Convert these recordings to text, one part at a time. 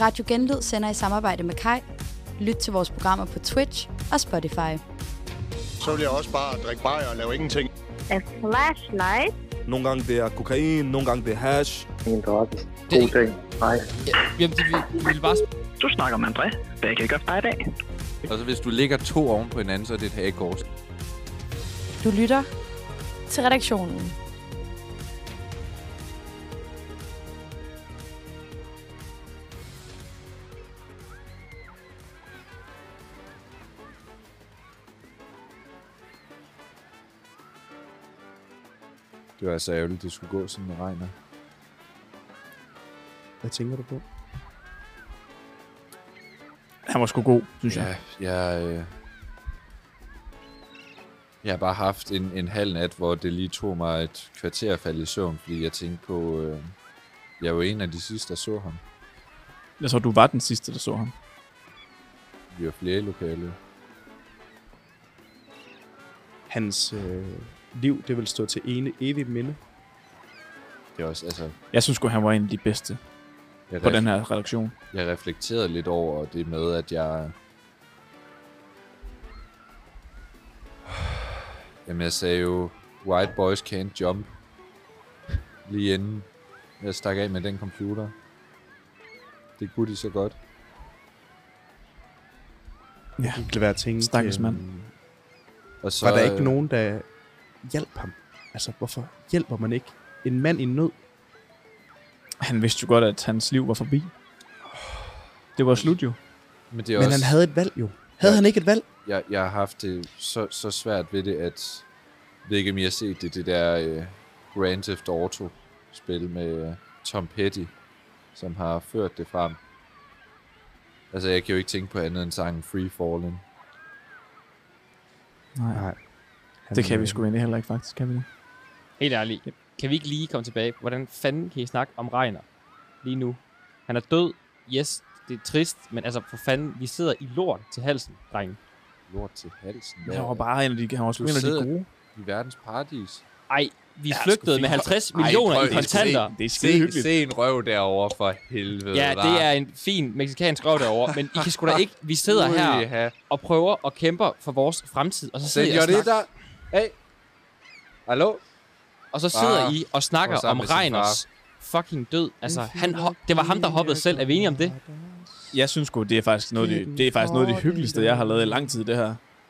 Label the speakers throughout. Speaker 1: Radio Genlyd sender i samarbejde med Kai. Lyt til vores programmer på Twitch og Spotify.
Speaker 2: Så vil jeg også bare drikke bajer og lave ingenting.
Speaker 3: A flashlight.
Speaker 4: Nogle gange det er kokain, nogle gange det er hash.
Speaker 5: Min droppe.
Speaker 6: Det-
Speaker 5: God dag. Hej.
Speaker 6: Jamen, det vil- vil bare... sp-
Speaker 7: Du snakker med André. Hvad kan jeg gøre for dig i dag?
Speaker 8: Og så hvis du ligger to oven på hinanden, så er det et hagekors.
Speaker 9: Du lytter til redaktionen.
Speaker 8: Det var altså ærgerligt, det skulle gå sådan med regner.
Speaker 4: Hvad tænker du på?
Speaker 10: Han var sgu god, synes jeg.
Speaker 8: Ja, jeg... Øh... Jeg har bare haft en, en halv nat, hvor det lige tog mig et kvarter at falde i søvn, fordi jeg tænkte på... Øh... Jeg var en af de sidste, der så ham.
Speaker 10: Jeg tror, du var den sidste, der så ham.
Speaker 8: Vi var flere i lokalet.
Speaker 4: Hans øh, liv, det vil stå til ene evigt minde.
Speaker 8: Det var også, altså...
Speaker 10: Jeg synes sgu, han var en af de bedste
Speaker 8: Jeg,
Speaker 10: på den her redaktion.
Speaker 8: jeg reflekterede lidt over det med, at jeg... Jamen, jeg sagde jo, white boys can't jump. Lige inden jeg stak af med den computer. Det kunne de så godt.
Speaker 10: Ja.
Speaker 4: Det vil være ting. øh,
Speaker 10: Stakkels mand.
Speaker 8: Og så,
Speaker 4: Var der
Speaker 8: øh,
Speaker 4: ikke nogen, der hjalp ham? Altså, hvorfor hjælper man ikke en mand i nød?
Speaker 10: Han vidste jo godt, at hans liv var forbi. Det var slut jo.
Speaker 8: Men, det er
Speaker 4: Men
Speaker 8: også,
Speaker 4: han havde et valg jo. Havde
Speaker 8: Ja.
Speaker 4: han ikke et valg?
Speaker 8: jeg, jeg har haft det så, så svært ved det, at... Jeg ved ikke, om I har set det, det der uh, Grand Theft Auto-spil med uh, Tom Petty, som har ført det frem. Altså, jeg kan jo ikke tænke på andet end sangen Free Falling.
Speaker 10: Nej,
Speaker 4: Han,
Speaker 10: det kan vi
Speaker 4: øh,
Speaker 10: sgu egentlig heller ikke faktisk, kan vi det?
Speaker 6: Helt ærligt. Kan vi ikke lige komme tilbage? Hvordan fanden kan I snakke om Reiner lige nu? Han er død. Yes, det er trist. Men altså, for fanden, vi sidder i lort til halsen, drenge.
Speaker 8: Lort til halsen.
Speaker 10: Han var bare en af de, han var sgu
Speaker 8: Du
Speaker 10: en af de
Speaker 8: sidder-
Speaker 10: gode.
Speaker 8: I verdens paradis.
Speaker 6: Ej, vi ja,
Speaker 10: Ja, sgu
Speaker 6: flygtede med
Speaker 10: fint.
Speaker 6: 50 millioner
Speaker 8: prøv
Speaker 6: i
Speaker 8: lige at
Speaker 6: kontanter.
Speaker 10: Det er skide hyggeligt.
Speaker 8: se en røv derovre for helvede.
Speaker 6: Ja, det er en fin meksikansk røv derovre, men I kan sgu da ikke... Vi sidder her og prøver og kæmper for vores fremtid, og så sidder, I og,
Speaker 8: Senor
Speaker 6: snakker,
Speaker 8: der. Hey. Hallo?
Speaker 6: og, så sidder
Speaker 8: Far.
Speaker 6: I og snakker
Speaker 8: Var sammen
Speaker 6: om
Speaker 8: med sin
Speaker 6: Reiners fucking død. Altså, han, hop- det var ham, der hoppede selv. Er vi enige om det?
Speaker 10: Jeg synes sgu, det er faktisk noget, det, det er faktisk noget af det hyggeligste, jeg har lavet i lang tid, det her.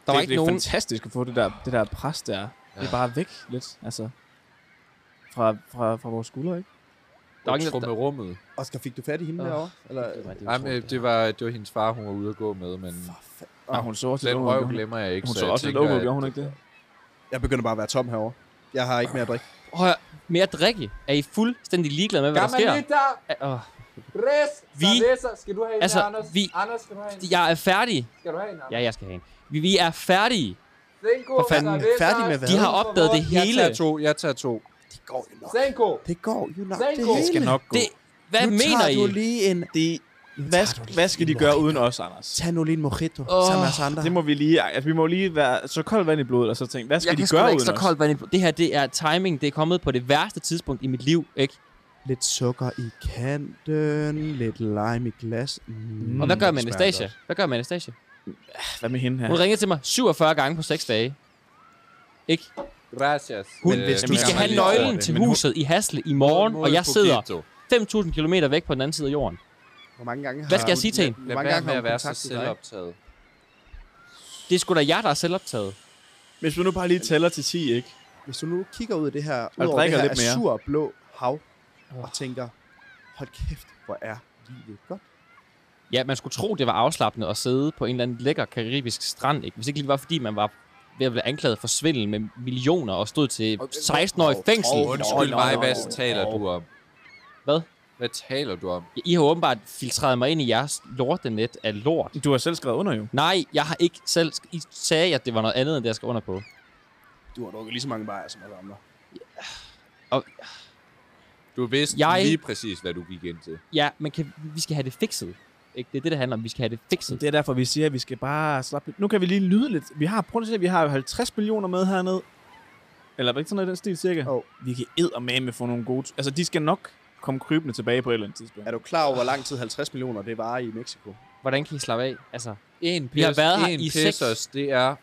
Speaker 10: Der det,
Speaker 6: var
Speaker 10: det,
Speaker 6: ikke
Speaker 10: det er
Speaker 6: nogen-
Speaker 10: fantastisk at få det der, det der pres der. Det er bare væk lidt, altså. Fra, fra, fra vores skuldre, ikke?
Speaker 6: Der var ikke
Speaker 8: Trum
Speaker 6: noget,
Speaker 8: med rummet.
Speaker 4: Oscar, fik du fat i hende
Speaker 6: Åh,
Speaker 4: derovre? Eller,
Speaker 8: Nej, men øh, det var, det var hendes far, hun var ude at gå med, men
Speaker 10: Nej, Ah, hun så også lidt
Speaker 8: den
Speaker 10: ung ud, gjorde
Speaker 8: røv
Speaker 10: hun ikke?
Speaker 8: glemmer jeg ikke.
Speaker 10: Hun
Speaker 8: så
Speaker 10: så
Speaker 8: jeg
Speaker 10: også lidt
Speaker 8: tænker,
Speaker 10: ung ud,
Speaker 8: at-
Speaker 10: gjorde hun ikke det?
Speaker 4: Jeg begynder bare at være tom herovre. Jeg har ikke mere at drikke.
Speaker 6: Høj, mere drikke. Er I fuldstændig ligeglade med, hvad der sker? Er- åh. Vi, altså, vi, jeg er færdig. Ja, jeg skal have en. Vi, vi er færdige. For fanden,
Speaker 4: Færdig med hvad?
Speaker 6: de har opdaget det
Speaker 8: Jeg
Speaker 6: hele.
Speaker 8: tager to, jeg tager to.
Speaker 4: Det går jo nok. Det går jo nok. Det, hele.
Speaker 10: gå.
Speaker 6: Det, hvad
Speaker 4: nu
Speaker 6: mener
Speaker 4: tager du
Speaker 6: I?
Speaker 4: lige en...
Speaker 10: Det, hvad, hvad skal de gøre uden os, Anders?
Speaker 4: Tag nu lige en mojito
Speaker 6: Åh,
Speaker 4: oh, sammen med os andre.
Speaker 10: Det må vi lige, altså, vi må lige være så koldt vand i blodet, og så tænke, hvad skal de gøre uden
Speaker 6: så
Speaker 10: os?
Speaker 6: koldt vand i blodet. Det her, det er timing. Det er kommet på det værste tidspunkt i mit liv, ikke?
Speaker 4: Lidt sukker i kanten, lidt lime i glas. Mm.
Speaker 6: Og hvad gør man
Speaker 4: det
Speaker 6: Anastasia? Hvad gør man Anastasia?
Speaker 10: Hvad med hende her?
Speaker 6: Hun ringede til mig 47 gange på 6 dage. Ikke?
Speaker 8: Gracias.
Speaker 6: Hun,
Speaker 8: Øh,
Speaker 6: øh, vi
Speaker 8: du
Speaker 6: skal
Speaker 8: er
Speaker 6: have
Speaker 8: mig lige
Speaker 6: nøglen
Speaker 8: over det.
Speaker 6: til
Speaker 8: Men hun-
Speaker 6: huset i Hasle i morgen,
Speaker 8: hun
Speaker 6: og
Speaker 8: er
Speaker 6: jeg
Speaker 8: på
Speaker 6: sidder
Speaker 8: keto.
Speaker 6: 5.000 km væk på den anden side af jorden.
Speaker 4: Hvor mange gange har
Speaker 6: Hvad skal jeg sige til hende?
Speaker 4: Hvor
Speaker 8: Lad
Speaker 4: mange
Speaker 8: være
Speaker 4: gange
Speaker 8: med
Speaker 4: har
Speaker 8: at
Speaker 4: hun
Speaker 8: være så
Speaker 4: kontaktet dig?
Speaker 8: selvoptaget.
Speaker 6: Det er sgu da jer, der er selvoptaget.
Speaker 10: Hvis vi nu bare lige tæller til 10, ikke?
Speaker 4: Hvis du nu kigger ud af det her, ud over det
Speaker 10: drikker
Speaker 4: her
Speaker 10: lidt mere.
Speaker 4: sur blå hav, og tænker, hold kæft, hvor er livet godt.
Speaker 6: Ja, man skulle tro, det var afslappende at sidde på en eller anden lækker karibisk strand, ikke? Hvis ikke lige var, fordi man var ved at blive anklaget for svindel med millioner og stod til 16-årig fængsel.
Speaker 8: Åh, Undskyld
Speaker 10: Nå,
Speaker 8: mig,
Speaker 10: nå,
Speaker 8: hvad
Speaker 10: nå,
Speaker 8: taler
Speaker 10: nå.
Speaker 8: du om?
Speaker 6: Hvad?
Speaker 8: Hvad taler du om?
Speaker 6: I har åbenbart filtreret mig ind i jeres lortenet af lort.
Speaker 10: Du har selv skrevet under, jo.
Speaker 6: Nej, jeg har ikke selv... sk- I sagde, at det var noget andet, end det, jeg skal under på.
Speaker 4: Du har drukket lige så mange bajer som alle andre.
Speaker 8: Du vidste
Speaker 6: Jeg-
Speaker 8: lige præcis, hvad du gik ind til.
Speaker 6: Ja, men kan, vi skal have det fikset. Ikke? Det er det, det handler om. Vi skal have det fikset.
Speaker 10: Det er derfor, vi siger, at vi skal bare slappe lidt. Nu kan vi lige lyde lidt. Vi har, prøv at se, vi har jo 50 millioner med hernede. Eller er det ikke sådan noget i den stil, cirka?
Speaker 4: Jo.
Speaker 10: Vi kan eddermame få nogle gode... t- altså, de skal nok komme krybende tilbage på et eller andet tidspunkt.
Speaker 4: Er du klar over, hvor lang tid 50 millioner det varer i Mexico?
Speaker 6: Hvordan kan I slappe af? Altså,
Speaker 8: En
Speaker 6: Vi har været her
Speaker 8: en
Speaker 6: i seks-
Speaker 8: pesos, det er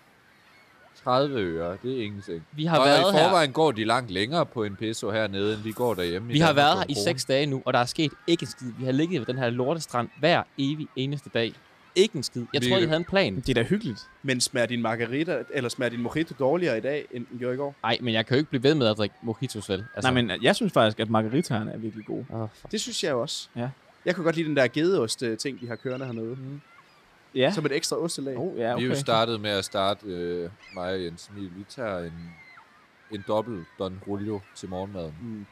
Speaker 8: 30 øre. Det er ingenting.
Speaker 6: vi har
Speaker 8: og
Speaker 6: været
Speaker 8: i
Speaker 6: her,
Speaker 8: forvejen går de langt længere på en peso hernede, end vi går derhjemme.
Speaker 6: vi har
Speaker 8: Danmark
Speaker 6: været
Speaker 8: på
Speaker 6: her
Speaker 8: en
Speaker 6: i
Speaker 8: krone.
Speaker 6: seks dage nu, og der er sket ikke en skid. Vi har ligget ved den her lortestrand hver evig eneste dag. Ikke en skid. Jeg
Speaker 8: Vi-
Speaker 6: troede, I havde en plan.
Speaker 10: Det er da hyggeligt.
Speaker 4: Men smager din margarita, eller smager din mojito dårligere i dag, end den gjorde i går?
Speaker 6: Nej, men jeg kan jo ikke blive ved med at drikke mojitos, vel? Altså,
Speaker 10: Altså. Nej, men jeg synes faktisk, at margaritaerne er virkelig gode.
Speaker 6: Åh, fuck.
Speaker 4: Det synes jeg jo også.
Speaker 10: Ja.
Speaker 4: Jeg kunne godt lide den der gedeost-ting, de har kørende hernede.
Speaker 10: Ja.
Speaker 4: Som et ekstra ostelag.
Speaker 10: Oh, ja,
Speaker 8: Okay. Vi er
Speaker 10: okay.
Speaker 8: jo startet med at starte, øh, mig og Jens Emil, vi tager en, en dobbelt Don Julio til morgenmaden.
Speaker 4: Mm.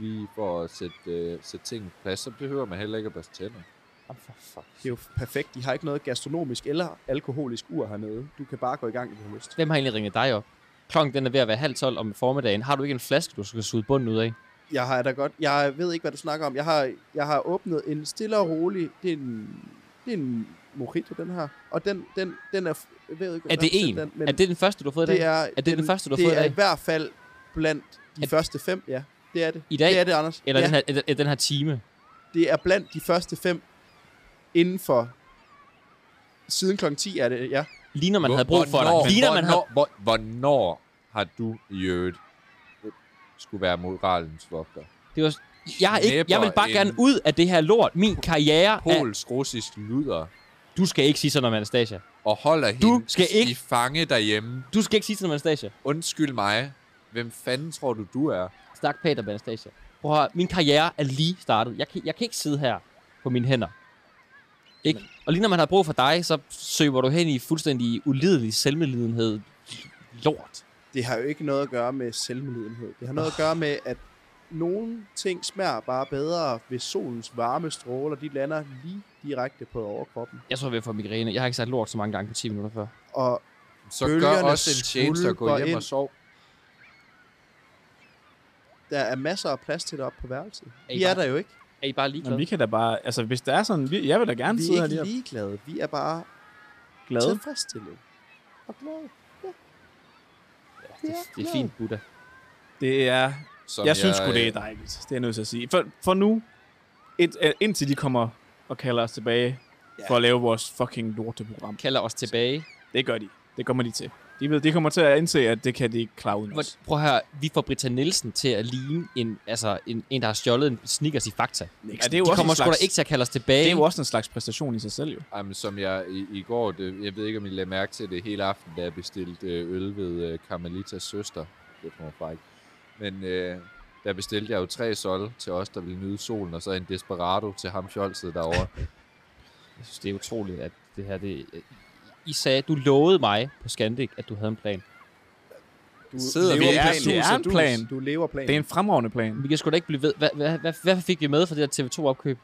Speaker 8: Lige for at sætte, øh, sætte ting på plads, så behøver man heller ikke at børste tænder.
Speaker 6: Åh, for fuck.
Speaker 4: Det er jo perfekt. De har ikke noget gastronomisk eller alkoholisk ur hernede. Du kan bare gå i gang, hvis du har lyst.
Speaker 6: Hvem har egentlig ringet dig op? Klokken den er ved at være halv tolv om formiddagen. Har du ikke en flaske, du skal suge bunden ud af?
Speaker 4: Jeg har da godt... Jeg ved ikke, hvad du snakker om. Jeg har, jeg har åbnet en stille og rolig... Det er en, det er en mojito, den her. Og den, den, den er... f- Jeg ved ikke,
Speaker 6: Er
Speaker 4: hvordan
Speaker 6: det
Speaker 4: jeg
Speaker 6: en?
Speaker 4: sætter
Speaker 6: Er det den første, du har fået i dag?
Speaker 4: det er, er
Speaker 6: det den første, du har
Speaker 4: det
Speaker 6: fået i
Speaker 4: er
Speaker 6: dag?
Speaker 4: i hvert fald blandt de
Speaker 6: Er-
Speaker 4: første fem, ja. Det er det.
Speaker 6: I dag?
Speaker 4: Det er det, Anders.
Speaker 6: Eller
Speaker 4: ja,
Speaker 6: den her, eller- eller den her time?
Speaker 4: Det er blandt de første fem inden for... Siden klokken 10 er det, ja.
Speaker 6: Lige når man havde brug for
Speaker 8: hvornår,
Speaker 6: dig. Lige når man havde...
Speaker 8: hvornår, hvor, hvornår har du i øvrigt øh, skulle være moralens vogter?
Speaker 6: Det var, jeg, har ikke, jeg vil bare
Speaker 8: Næpper
Speaker 6: gerne
Speaker 8: en-
Speaker 6: ud af det her lort. Min karriere er...
Speaker 8: Polsk, russisk luder
Speaker 6: Du skal ikke sige sådan om Anastasia.
Speaker 8: og holder
Speaker 6: Du
Speaker 8: hende
Speaker 6: skal ikke-
Speaker 8: i fange derhjemme.
Speaker 6: Du skal ikke sige sådan om Anastasia.
Speaker 8: Undskyld mig. Hvem fanden tror du, du er?
Speaker 6: Snak pænt om Anastasia. Prøv at høre, min karriere er lige startet. Jeg kan, jeg kan ikke sidde her på mine hænder. Ikke? Og lige når man har brug for dig, så søger du hen i fuldstændig ulidelig selvmedlidenhed. Lort.
Speaker 4: Det har jo ikke noget at gøre med selvmedlidenhed. Det har noget at gøre med, at nogle ting smager bare bedre, hvis solens varme stråler, de lander lige direkte på overkroppen.
Speaker 6: Jeg tror, jeg får migræne. Jeg har ikke sagt lort så mange gange på 10 minutter før.
Speaker 4: Og
Speaker 8: Så
Speaker 4: Bølgerne
Speaker 8: gør også en tjeneste og gå
Speaker 4: skvulper
Speaker 8: hjem
Speaker 4: ind.
Speaker 8: og sove.
Speaker 4: der er masser af plads til dig op på værelset.
Speaker 6: I
Speaker 4: Vi er
Speaker 6: bare
Speaker 4: der jo ikke.
Speaker 6: Er I bare
Speaker 10: Jamen,
Speaker 6: ligeglade?
Speaker 10: vi kan da bare... Altså, hvis der er sådan... Vi, jeg vil da gerne
Speaker 4: Vi
Speaker 10: sidde
Speaker 4: er
Speaker 10: her lige
Speaker 4: ikke
Speaker 10: og
Speaker 4: ligeglade. Vi er bare
Speaker 10: glade.
Speaker 4: tilfredsstillede. Og glade.
Speaker 6: det, det er fint, Buddha.
Speaker 10: Det er...
Speaker 8: Som
Speaker 10: jeg synes sgu, det er
Speaker 8: øh,
Speaker 10: dejligt. Det er jeg nødt til at sige. For, for nu, ind, øh, indtil de kommer og kalder os tilbage
Speaker 4: Ja.
Speaker 10: for at lave vores fucking lorteprogram.
Speaker 6: Kalder os tilbage.
Speaker 10: Det gør de. Det kommer de til. De, ved, de kommer til at indse, at det kan de ikke klare uden
Speaker 6: Hvor-
Speaker 10: os.
Speaker 6: Prøv at høre, vi får Britta Nielsen til at ligne en, altså en, en der har stjålet en sneakers i Fakta.
Speaker 10: Ja, det er jo
Speaker 6: De
Speaker 10: også
Speaker 6: kommer
Speaker 10: en
Speaker 6: sgu
Speaker 10: slags,
Speaker 6: da ikke til at kalde os tilbage.
Speaker 10: det er jo også en slags præstation i sig selv, jo.
Speaker 8: Jamen, som jeg i, i går, det, jeg ved ikke, om I lagde mærke til det hele aften, da jeg bestilte øh, øl ved øh, Carmelitas søster. Det kommer fra ikke. Men øh, der bestilte jeg jo tre sol til os, der ville nyde solen, og så en desperado til ham fjolset derovre.
Speaker 6: Jeg synes, det er utroligt, at det her... Det, øh, I sagde, du lovede mig på Scandic, at du havde en plan.
Speaker 4: Du
Speaker 8: Sidder vi
Speaker 4: lever planen.
Speaker 8: i planen?
Speaker 10: Det er en plan.
Speaker 4: Du lever planen.
Speaker 10: Det er en fremragende plan.
Speaker 6: Vi kan sgu da ikke blive ved... Hvad, hvad, hvad, hvad fik vi med for det der TV2-opkøb?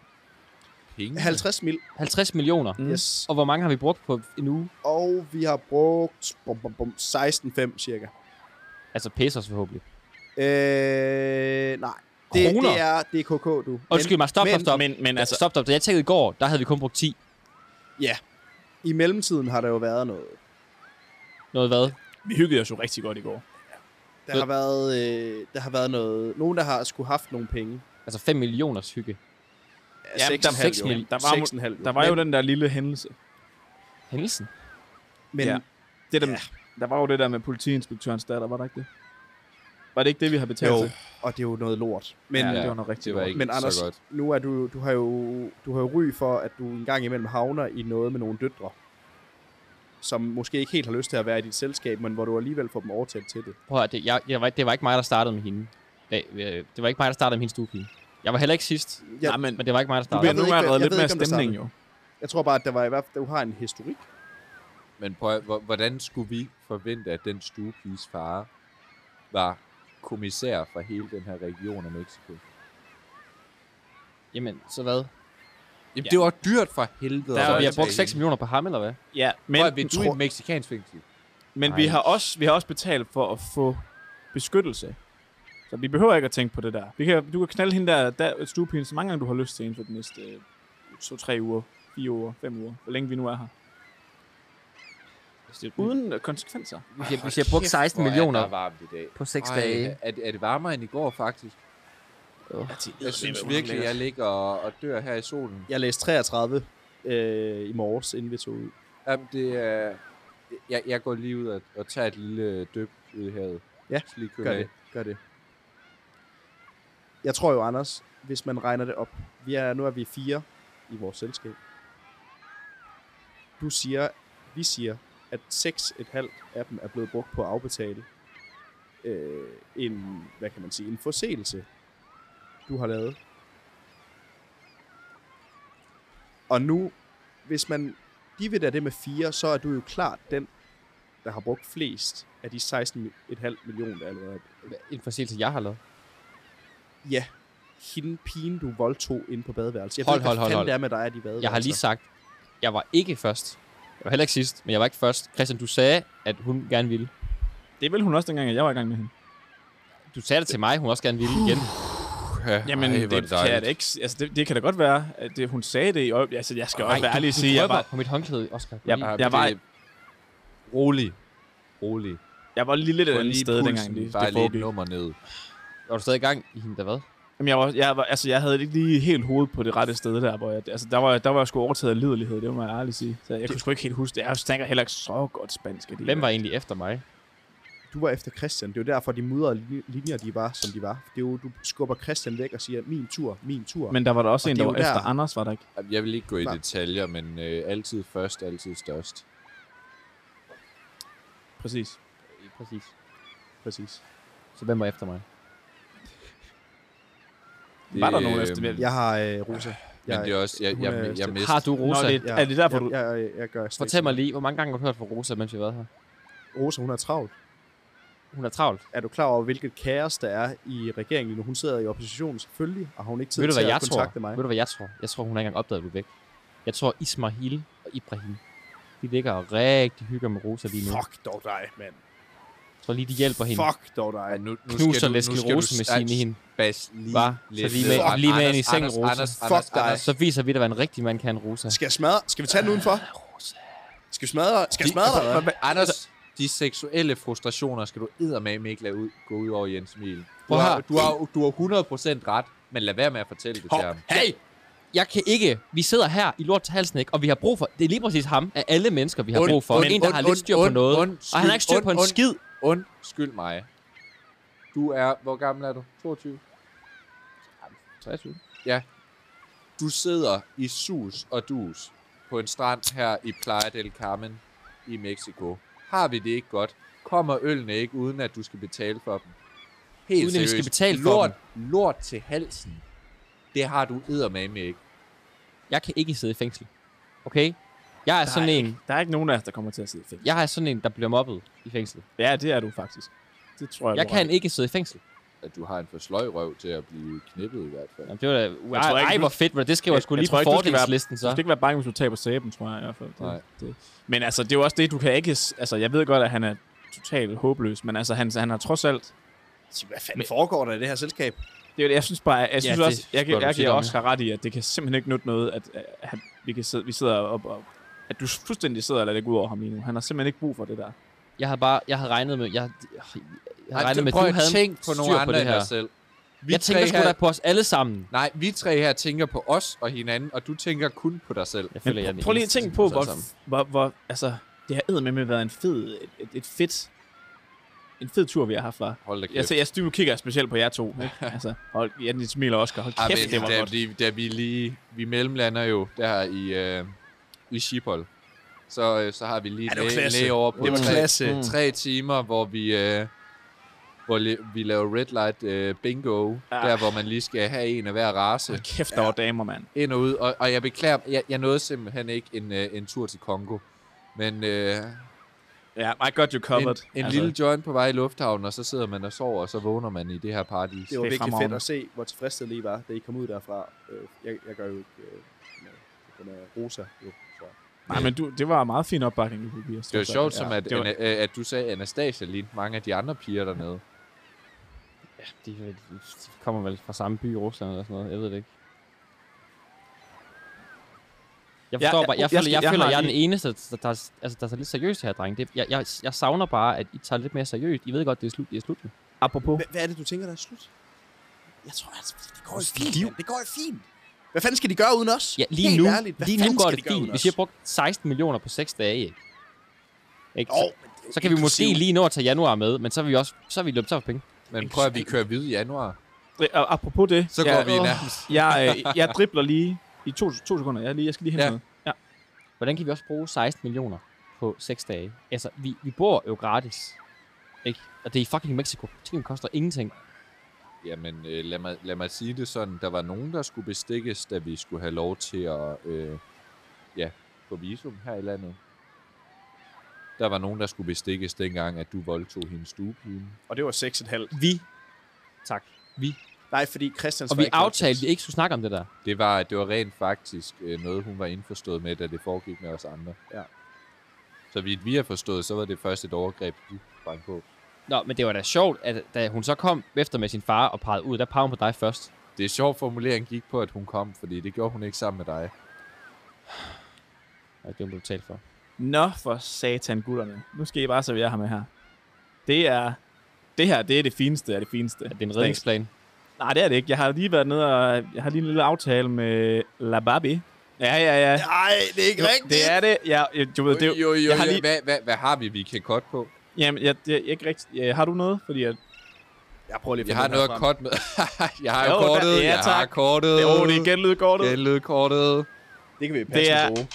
Speaker 8: Penge?
Speaker 4: 50 mil.
Speaker 6: 50 millioner.
Speaker 10: Mm.
Speaker 4: Yes.
Speaker 6: Og hvor mange har vi brugt på en uge?
Speaker 4: Og vi har brugt bum, bum, bum, 16,5 cirka.
Speaker 6: Altså pesos forhåbentlig.
Speaker 4: Øh, nej. Det,
Speaker 6: Kroner?
Speaker 4: det er DKK, du.
Speaker 6: Undskyld mig, stop,
Speaker 4: men-
Speaker 6: stop, stop.
Speaker 10: Men, men
Speaker 6: Altså,
Speaker 10: altså,
Speaker 6: stop, stop. Da jeg tænkte i går, der havde vi kun brugt 10.
Speaker 4: Men i mellemtiden har der jo været noget.
Speaker 6: Noget hvad?
Speaker 10: vi hyggede os jo rigtig godt i går.
Speaker 4: Der har været, øh, der har været noget. Nogen, der har skulle haft nogle penge.
Speaker 6: Altså 5 millioners hygge.
Speaker 10: Ja,
Speaker 4: seks
Speaker 10: der-
Speaker 4: en halv
Speaker 10: seks
Speaker 4: jo.
Speaker 10: mil- der var
Speaker 4: Seks
Speaker 10: mo-
Speaker 4: en halv
Speaker 10: Der var jo
Speaker 4: Men-
Speaker 10: den der lille hændelse.
Speaker 6: Hændelsen?
Speaker 4: Men
Speaker 10: Ja. Det der,
Speaker 4: Ja.
Speaker 10: der var jo det der med politiinspektørens datter, var der ikke det? Var det ikke det, vi har betalt
Speaker 4: jo,
Speaker 10: til?
Speaker 4: og det er jo noget lort. Men,
Speaker 10: ja,
Speaker 4: ja,
Speaker 10: det var noget rigtig
Speaker 8: det var
Speaker 10: lort.
Speaker 8: ikke
Speaker 4: men Anders,
Speaker 8: så godt.
Speaker 4: nu er du, du har jo, du har jo ry for, at du en gang imellem havner i noget med nogle døtre, som måske ikke helt har lyst til at være i dit selskab, men hvor du alligevel får dem overtalt til det.
Speaker 6: Prøv at høre, det, jeg, jeg, var, ikke- det var ikke mig, der startede med hende. Det, øh, det var ikke mig, der startede med hendes stuepige. Jeg var heller ikke sidst,
Speaker 4: Ja.
Speaker 10: Nej, men
Speaker 6: men det var ikke mig, der
Speaker 10: du
Speaker 6: startede.
Speaker 10: bliver
Speaker 4: ved
Speaker 10: nu
Speaker 4: ikke, hvad-
Speaker 10: allerede
Speaker 4: jeg
Speaker 10: lidt
Speaker 4: ved
Speaker 10: mere
Speaker 4: ikke, om der
Speaker 10: stemning, jo.
Speaker 4: starter. Jeg tror bare, at der var i hvert fald, du har en historik.
Speaker 8: Men prøv, at- hvor- hvordan skulle vi forvente, at den stuepiges far var kommissær for hele den her region af Mexico?
Speaker 6: Jamen, så hvad?
Speaker 8: Jamen, ja. det var dyrt for helvede.
Speaker 6: Der,
Speaker 8: at
Speaker 6: så vi har
Speaker 8: tage
Speaker 6: brugt
Speaker 8: hende.
Speaker 6: 6 millioner på ham, eller hvad?
Speaker 10: Ja, men,
Speaker 8: Prøv, at- vil du i
Speaker 10: tro-
Speaker 8: et mexikansk fængsel?
Speaker 10: men vi,
Speaker 6: Nej.
Speaker 10: har også, vi har også betalt for at få beskyttelse. Så vi behøver ikke at tænke på det der. Vi kan, du kan knalde hende der, der stuepigen så mange gange, du har lyst til inden for de næste øh, to-tre uger, fire uger, fem uger, hvor længe vi nu er her. Uden øh, konsekvenser.
Speaker 6: Hvis jeg, hvis jeg brugte 16
Speaker 8: Hvor er der
Speaker 6: millioner
Speaker 8: varmt i dag.
Speaker 6: på 6
Speaker 8: Ej,
Speaker 6: dage.
Speaker 8: Er, er det varmere end i går, faktisk? Jeg synes virkelig, jeg ligger og, og dør her i solen.
Speaker 4: Jeg læste 33 øh, i morges, inden vi tog ud.
Speaker 8: Jamen, det er... Jeg, jeg går lige ud og, og tager et lille dyb ud i havet.
Speaker 4: Ja,
Speaker 8: Så lige kører
Speaker 4: Gør det, gør det. Jeg tror jo, Anders, hvis man regner det op. Vi er, nu er vi fire i vores selskab. Du siger, vi siger, at seks et halvt af dem er blevet brugt på at afbetale øh, en, hvad kan man sige, en forseelse, du har lavet. Og nu, hvis man dividerer det med fire, så er du jo klart den, der har brugt flest af de 16,5 millioner, der allerede er
Speaker 6: En forseelse, jeg har lavet.
Speaker 4: Ja. Hende pigen, du voldtog inde på badeværelset. Jeg
Speaker 6: Hold,
Speaker 4: ved ikke,
Speaker 6: hold,
Speaker 4: hvad
Speaker 6: hold,
Speaker 4: fanden
Speaker 6: hold.
Speaker 4: det er med dig, og de badeværelser.
Speaker 6: Jeg har lige sagt, jeg var ikke først. Jeg var heller ikke sidst, men jeg var ikke først. Christian, du sagde, at hun gerne ville.
Speaker 10: Det ville hun også dengang, at jeg var i gang med hende.
Speaker 6: Du sagde det til mig, hun også gerne ville igen.
Speaker 8: Puha,
Speaker 10: Jamen,
Speaker 8: ej,
Speaker 10: Ej,
Speaker 8: hvor er
Speaker 10: det, kan
Speaker 8: dejligt.
Speaker 10: jeg da ikke, s- altså, det, det, kan da godt være, at det, hun sagde det i øjeblikket. Altså, jeg skal Ej, også være ærlig og sige, jeg var,
Speaker 6: på mit håndklæde, Oscar.
Speaker 10: Jeg-
Speaker 8: Ej,
Speaker 10: jeg
Speaker 8: men
Speaker 10: var-
Speaker 8: det er- Rolig. Rolig.
Speaker 10: jeg var lige lidt et
Speaker 8: Få
Speaker 10: andet
Speaker 8: lige
Speaker 10: sted,
Speaker 8: pulsen
Speaker 10: dengang det,
Speaker 8: bare
Speaker 10: det
Speaker 8: lige et
Speaker 10: foregik.
Speaker 8: nummer ned.
Speaker 6: Var du stadig i gang i hende, der hvad?
Speaker 10: Jamen, jeg, var, jeg, var, altså, jeg havde ikke lige helt hovedet på det rette sted der, hvor jeg, altså, der var, der var jeg sgu overtaget af liderlighed, det må jeg ærligt sige. Så jeg det, kunne sgu ikke helt huske det. Jeg tænker heller ikke så godt spansk. at det
Speaker 6: Hvem
Speaker 10: er.
Speaker 6: var egentlig efter mig?
Speaker 4: Du var efter Christian. Det er jo derfor, de mudrede li- linjer, de var, som de var. Det er jo, du skubber Christian væk og siger, min tur, min tur.
Speaker 10: Men der var der også
Speaker 4: Og
Speaker 10: en,
Speaker 4: det
Speaker 10: der
Speaker 4: er
Speaker 10: var
Speaker 4: jo
Speaker 10: efter
Speaker 4: der-
Speaker 10: Anders, var der ikke?
Speaker 8: Jamen, Jeg vil ikke gå i
Speaker 4: Nej.
Speaker 8: detaljer, men øh, altid først, altid størst.
Speaker 10: Præcis.
Speaker 6: Præcis.
Speaker 4: præcis.
Speaker 6: Så hvem var efter mig?
Speaker 10: Var der nogen efter
Speaker 8: øhm,
Speaker 10: mig?
Speaker 4: Jeg har øh, Rosa. Jeg,
Speaker 8: Men det er også, jeg,
Speaker 4: hun
Speaker 8: jeg,
Speaker 4: er
Speaker 8: jeg, jeg
Speaker 4: stemt.
Speaker 8: mister...
Speaker 6: Har du Rosa?
Speaker 10: Nå, det,
Speaker 4: Ja.
Speaker 10: er det derfor, du...
Speaker 4: jeg, jeg, jeg, jeg gør slet
Speaker 6: Fortæl
Speaker 4: ikke
Speaker 6: mig
Speaker 4: noget.
Speaker 6: lige, hvor mange gange har du hørt fra Rosa, mens vi har været her?
Speaker 4: Rosa, hun er travlt.
Speaker 6: Hun er travlt.
Speaker 4: Er du klar over, hvilket kaos der er i regeringen lige nu? Hun sidder i opposition selvfølgelig, og har hun ikke tid
Speaker 6: Ved du,
Speaker 4: til
Speaker 6: hvad jeg
Speaker 4: at
Speaker 6: tror?
Speaker 4: kontakte mig.
Speaker 6: Ved du, hvad jeg tror? Jeg tror, hun har ikke engang opdaget, at du er væk. Jeg tror, Ismail og Ibrahim, de ligger og rigtig hygger med Rosa lige nu.
Speaker 4: Fuck dog dig, mand.
Speaker 6: Jeg tror lige, de hjælper hende.
Speaker 4: Fuck dog dig.
Speaker 8: Ej, nu, nu
Speaker 6: Knuser
Speaker 8: skal du- nu
Speaker 6: Leske
Speaker 8: skal du
Speaker 6: Rose med
Speaker 8: ej,
Speaker 6: sin i hende.
Speaker 8: Bas lige
Speaker 6: Hva?
Speaker 8: lidt
Speaker 6: Så lige
Speaker 8: ned.
Speaker 6: med-
Speaker 8: Fuck,
Speaker 6: lige med
Speaker 8: Anders,
Speaker 6: hende i seng,
Speaker 8: Anders,
Speaker 6: Rose.
Speaker 8: Anders,
Speaker 4: Fuck
Speaker 8: Anders,
Speaker 4: dig.
Speaker 8: Anders.
Speaker 6: Så viser vi dig, hvad en rigtig mand kan, Rosa.
Speaker 4: Skal jeg smadre? Skal vi tage den udenfor? Skal vi smadre? Skal jeg smadre dig?
Speaker 8: Anders, de seksuelle frustrationer skal du eddermame ikke lade ud, gå ud over Jens Emil. Du
Speaker 6: Prøv
Speaker 8: har,
Speaker 6: her.
Speaker 8: du, har, du har 100% ret, men lad være med at fortælle det til ham.
Speaker 6: Hey! Jeg kan ikke. Vi sidder her i lort til halsen, ikke? Og vi har brug for... Det er lige præcis ham af alle mennesker, vi har
Speaker 8: Und-
Speaker 6: brug for.
Speaker 8: und-
Speaker 6: en, der
Speaker 8: und-
Speaker 6: har lidt
Speaker 8: und-
Speaker 6: styr på
Speaker 8: und-
Speaker 6: noget.
Speaker 8: undskyld,
Speaker 6: og han har ikke styr på en
Speaker 8: und- und-
Speaker 6: skid.
Speaker 8: Undskyld mig. Du er... Hvor gammel er du? 22?
Speaker 6: 23.
Speaker 8: Ja. Du sidder i sus og dus på en strand her i Playa del Carmen i Mexico. Har vi det ikke godt? Kommer ølene ikke, uden at du skal betale for dem? Helt
Speaker 6: Uden at vi skal
Speaker 8: seriøst.
Speaker 6: betale for
Speaker 8: lort, dem. Lort til halsen. Det har du eddermame ikke.
Speaker 6: Jeg kan ikke sidde i fængsel. Okay? Jeg er sådan en...
Speaker 10: Der er ikke nogen af os, der kommer til at sidde i fængsel.
Speaker 6: Jeg er sådan en, der bliver mobbet i fængsel.
Speaker 10: Ja, det er du faktisk. Det tror jeg,
Speaker 6: Jeg
Speaker 10: du har
Speaker 6: kan
Speaker 10: ret i.
Speaker 6: ikke sidde i fængsel.
Speaker 8: At du har en for sløj røv til at blive knippet i hvert fald.
Speaker 6: Jamen, det var da...
Speaker 10: tror
Speaker 6: Ej,
Speaker 10: ikke,
Speaker 6: ej,
Speaker 10: du-
Speaker 6: hvor fedt, men det skriver jeg,
Speaker 10: Jeg-
Speaker 6: sgu
Speaker 10: jeg
Speaker 6: lige
Speaker 10: tror
Speaker 6: på
Speaker 10: ikke, du skal være-
Speaker 6: fordelslisten,
Speaker 10: Så. Du skal
Speaker 6: så.
Speaker 10: ikke være bange, hvis du taber sæben, tror jeg i hvert fald. Det,
Speaker 8: Nej.
Speaker 10: Det. Men altså, det er jo også det, du kan ikke... s- Altså, jeg ved godt, at han er totalt håbløs, men altså, han, han har trods alt...
Speaker 4: Hvad fanden foregår der i det her selskab?
Speaker 10: Det, er jo det, jeg synes bare, jeg synes
Speaker 6: det
Speaker 10: ja, også, jeg,
Speaker 6: bør
Speaker 10: jeg,
Speaker 6: du
Speaker 10: jeg,
Speaker 6: sige
Speaker 10: jeg
Speaker 6: dig om,
Speaker 10: også har ret i, at det kan simpelthen ikke nytte noget, at, at, at vi, kan sidde, vi sidder op og... At du fuldstændig sidder og lader det gå ud over ham lige nu. Han har simpelthen ikke brug for det der.
Speaker 6: Jeg havde bare... Jeg havde regnet med... Jeg, jeg havde
Speaker 8: Ej,
Speaker 6: regnet med,
Speaker 8: prøv
Speaker 6: at du
Speaker 8: at
Speaker 6: havde
Speaker 8: tænk på nogle
Speaker 6: styr
Speaker 8: andre
Speaker 6: på det
Speaker 8: end
Speaker 6: her.
Speaker 8: dig selv. Vi
Speaker 6: Jeg tænker
Speaker 8: tre
Speaker 6: sgu
Speaker 8: her-
Speaker 6: da på os alle sammen.
Speaker 8: Nej, vi tre her tænker på os og hinanden, og du tænker kun på dig selv.
Speaker 6: Jeg føler, jeg er
Speaker 10: Men
Speaker 6: den
Speaker 10: prøv lige at
Speaker 6: eneste, der tænker
Speaker 10: tænke på,
Speaker 6: os
Speaker 10: hvor,
Speaker 6: alle sammen.
Speaker 10: hvor, hvor, altså, det har eddermame været en fed, et, et, et fedt, en fed tur, vi har haft, var.
Speaker 8: Hold da kæft.
Speaker 10: Altså, jeg styr, kigger specielt på jer to, ikke? altså, hold, jeg ja, smiler også, hold
Speaker 8: Ej,
Speaker 10: kæft,
Speaker 8: Ah, men
Speaker 10: det var
Speaker 8: da,
Speaker 10: godt.
Speaker 8: Vi, da vi lige... Vi mellemlander jo der i, øh, i Schiphol. Så, øh, så har vi lige
Speaker 4: Ja, det var
Speaker 8: læ-
Speaker 4: klasse.
Speaker 8: over på
Speaker 4: Det var
Speaker 8: tre,
Speaker 4: klasse.
Speaker 8: Mm. tre timer, hvor vi... Øh, hvor le- vi laver red light øh, bingo, ja.
Speaker 4: Ah.
Speaker 8: der hvor man lige skal have en af hver race
Speaker 10: Hold kæft, der var damer, mand.
Speaker 8: ind og ud. Og, og jeg beklager, jeg, jeg nåede simpelthen ikke en, øh, en tur til Kongo. Men øh,
Speaker 10: Ja, I got you
Speaker 8: en, en
Speaker 10: covered.
Speaker 8: altså. lille joint på vej i lufthavnen, og så sidder man og sover, og så vågner man i det her paradis.
Speaker 4: Det var
Speaker 10: Det er
Speaker 4: virkelig fedt
Speaker 10: fremragende.
Speaker 4: at se, hvor tilfredsstillende I var, da I kom ud derfra. Øh, Jeg, jeg gør jo ikke øh, noget. på grund af Rosa, jo. Så.
Speaker 10: Nej, men du, det var meget fin opbakning, du kunne give os.
Speaker 8: Det var sjovt, som at,
Speaker 10: det var-
Speaker 8: Anna- øh, at du sagde, at Anastasia lignede mange af de andre piger dernede.
Speaker 6: De, de de kommer vel fra samme by i Rusland eller sådan noget. Jeg ved det ikke. Jeg
Speaker 10: Ja,
Speaker 6: forstår
Speaker 10: ja,
Speaker 6: bare, jeg,
Speaker 10: jeg
Speaker 6: føler,
Speaker 10: skal-
Speaker 6: jeg,
Speaker 10: jeg
Speaker 6: føler,
Speaker 10: har
Speaker 6: jeg er den
Speaker 10: lige-
Speaker 6: eneste, der, der, altså, der er lidt seriøst her, dreng. Det, jeg, jeg, jeg savner bare, at I tager det lidt mere seriøst. I ved godt, det er slut, det er slut. nu.
Speaker 10: Apropos,
Speaker 4: Hvad er det, du tænker, der er slut? Jeg tror, altså, det går jo fint. mand. Det går jo fint. Hvad fanden skal de gøre uden os?
Speaker 6: Ja, lige
Speaker 4: Helt
Speaker 6: nu,
Speaker 4: ærligt, hvad
Speaker 6: lige nu
Speaker 4: fanden
Speaker 6: går
Speaker 4: skal
Speaker 6: det
Speaker 4: de gøre
Speaker 6: fint.
Speaker 4: uden
Speaker 6: Hvis jeg
Speaker 4: os?
Speaker 6: brugt 16 millioner på 6 dage, ikke? ikke?
Speaker 4: Jo,
Speaker 6: Så,
Speaker 4: men det er jo
Speaker 6: så kan vi
Speaker 4: inklusive.
Speaker 6: måske lige nå at tage januar med, men så er vi også så er vi løbet tør for penge.
Speaker 8: Men prøv at vi kører videre i januar.
Speaker 10: Og apropos det,
Speaker 8: Så
Speaker 10: jeg,
Speaker 8: går vi nærmest.
Speaker 10: jeg, øh, jeg dribler lige i to, to sekunder. Jeg, er lige, jeg skal lige hente
Speaker 8: Ja.
Speaker 10: ja. noget.
Speaker 6: Hvordan kan vi også bruge 16 millioner på 6 dage? Altså, vi, vi bor jo gratis. Ikke? Og det er i fucking Mexico. Tingene koster ingenting.
Speaker 8: Jamen, øh, lad, mig, lad mig sige det sådan. Der var nogen, der skulle bestikkes, da vi skulle have lov til at øh, ja, få visum her i landet. Der var nogen, der skulle bestikkes dengang, at du voldtog hendes stuepige.
Speaker 4: Og det var 6,5.
Speaker 6: Vi. Tak. Vi.
Speaker 4: Nej, fordi Christian
Speaker 6: Og vi aftalte, at vi ikke skulle snakke om det der.
Speaker 8: Det var, det var rent faktisk øh, noget, hun var indforstået med, da det foregik med os andre.
Speaker 4: Ja.
Speaker 8: Så vidt vi har forstået, så var det først et overgreb, du sprang på.
Speaker 6: Nå, men det var da sjovt, at da hun så kom efter med sin far og pegede ud, der pegede hun på dig først.
Speaker 8: Det er sjovt, formuleringen gik på, at hun kom, fordi det gjorde hun ikke sammen med dig.
Speaker 6: Ja, det var du betalt for.
Speaker 10: Nå for satan, gutterne. Nu skal I bare servere ham med her. Det er... Det her, det er det fineste af det fineste.
Speaker 6: Er det en redningsplan?
Speaker 10: Nej, det er det ikke. Jeg har lige været nede og... Jeg har lige en lille aftale med La Babi. Ja, ja, ja.
Speaker 4: Nej, det er ikke
Speaker 10: Jo,
Speaker 4: rigtigt.
Speaker 10: Det er det. Ja, jo, du ved, det,
Speaker 8: jo, jo,
Speaker 10: jeg har lige-
Speaker 8: hvad, hvad, hvad har vi, vi kan godt på?
Speaker 10: Jamen, jeg, det er ikke rigtigt. Ja, har du noget? Fordi at...
Speaker 4: Jeg prøver lige at
Speaker 8: Jeg
Speaker 4: finde
Speaker 8: har
Speaker 4: den
Speaker 8: noget
Speaker 4: herfra.
Speaker 8: kort med. jeg har jo,
Speaker 10: Jo, der-
Speaker 8: kortet,
Speaker 10: ja,
Speaker 8: jeg har
Speaker 10: tak.
Speaker 8: kortet.
Speaker 10: Jo, det er genlydkortet.
Speaker 8: Gældkortet.
Speaker 4: Det kan vi passe
Speaker 10: Det
Speaker 4: det
Speaker 10: er-
Speaker 4: er... bruge.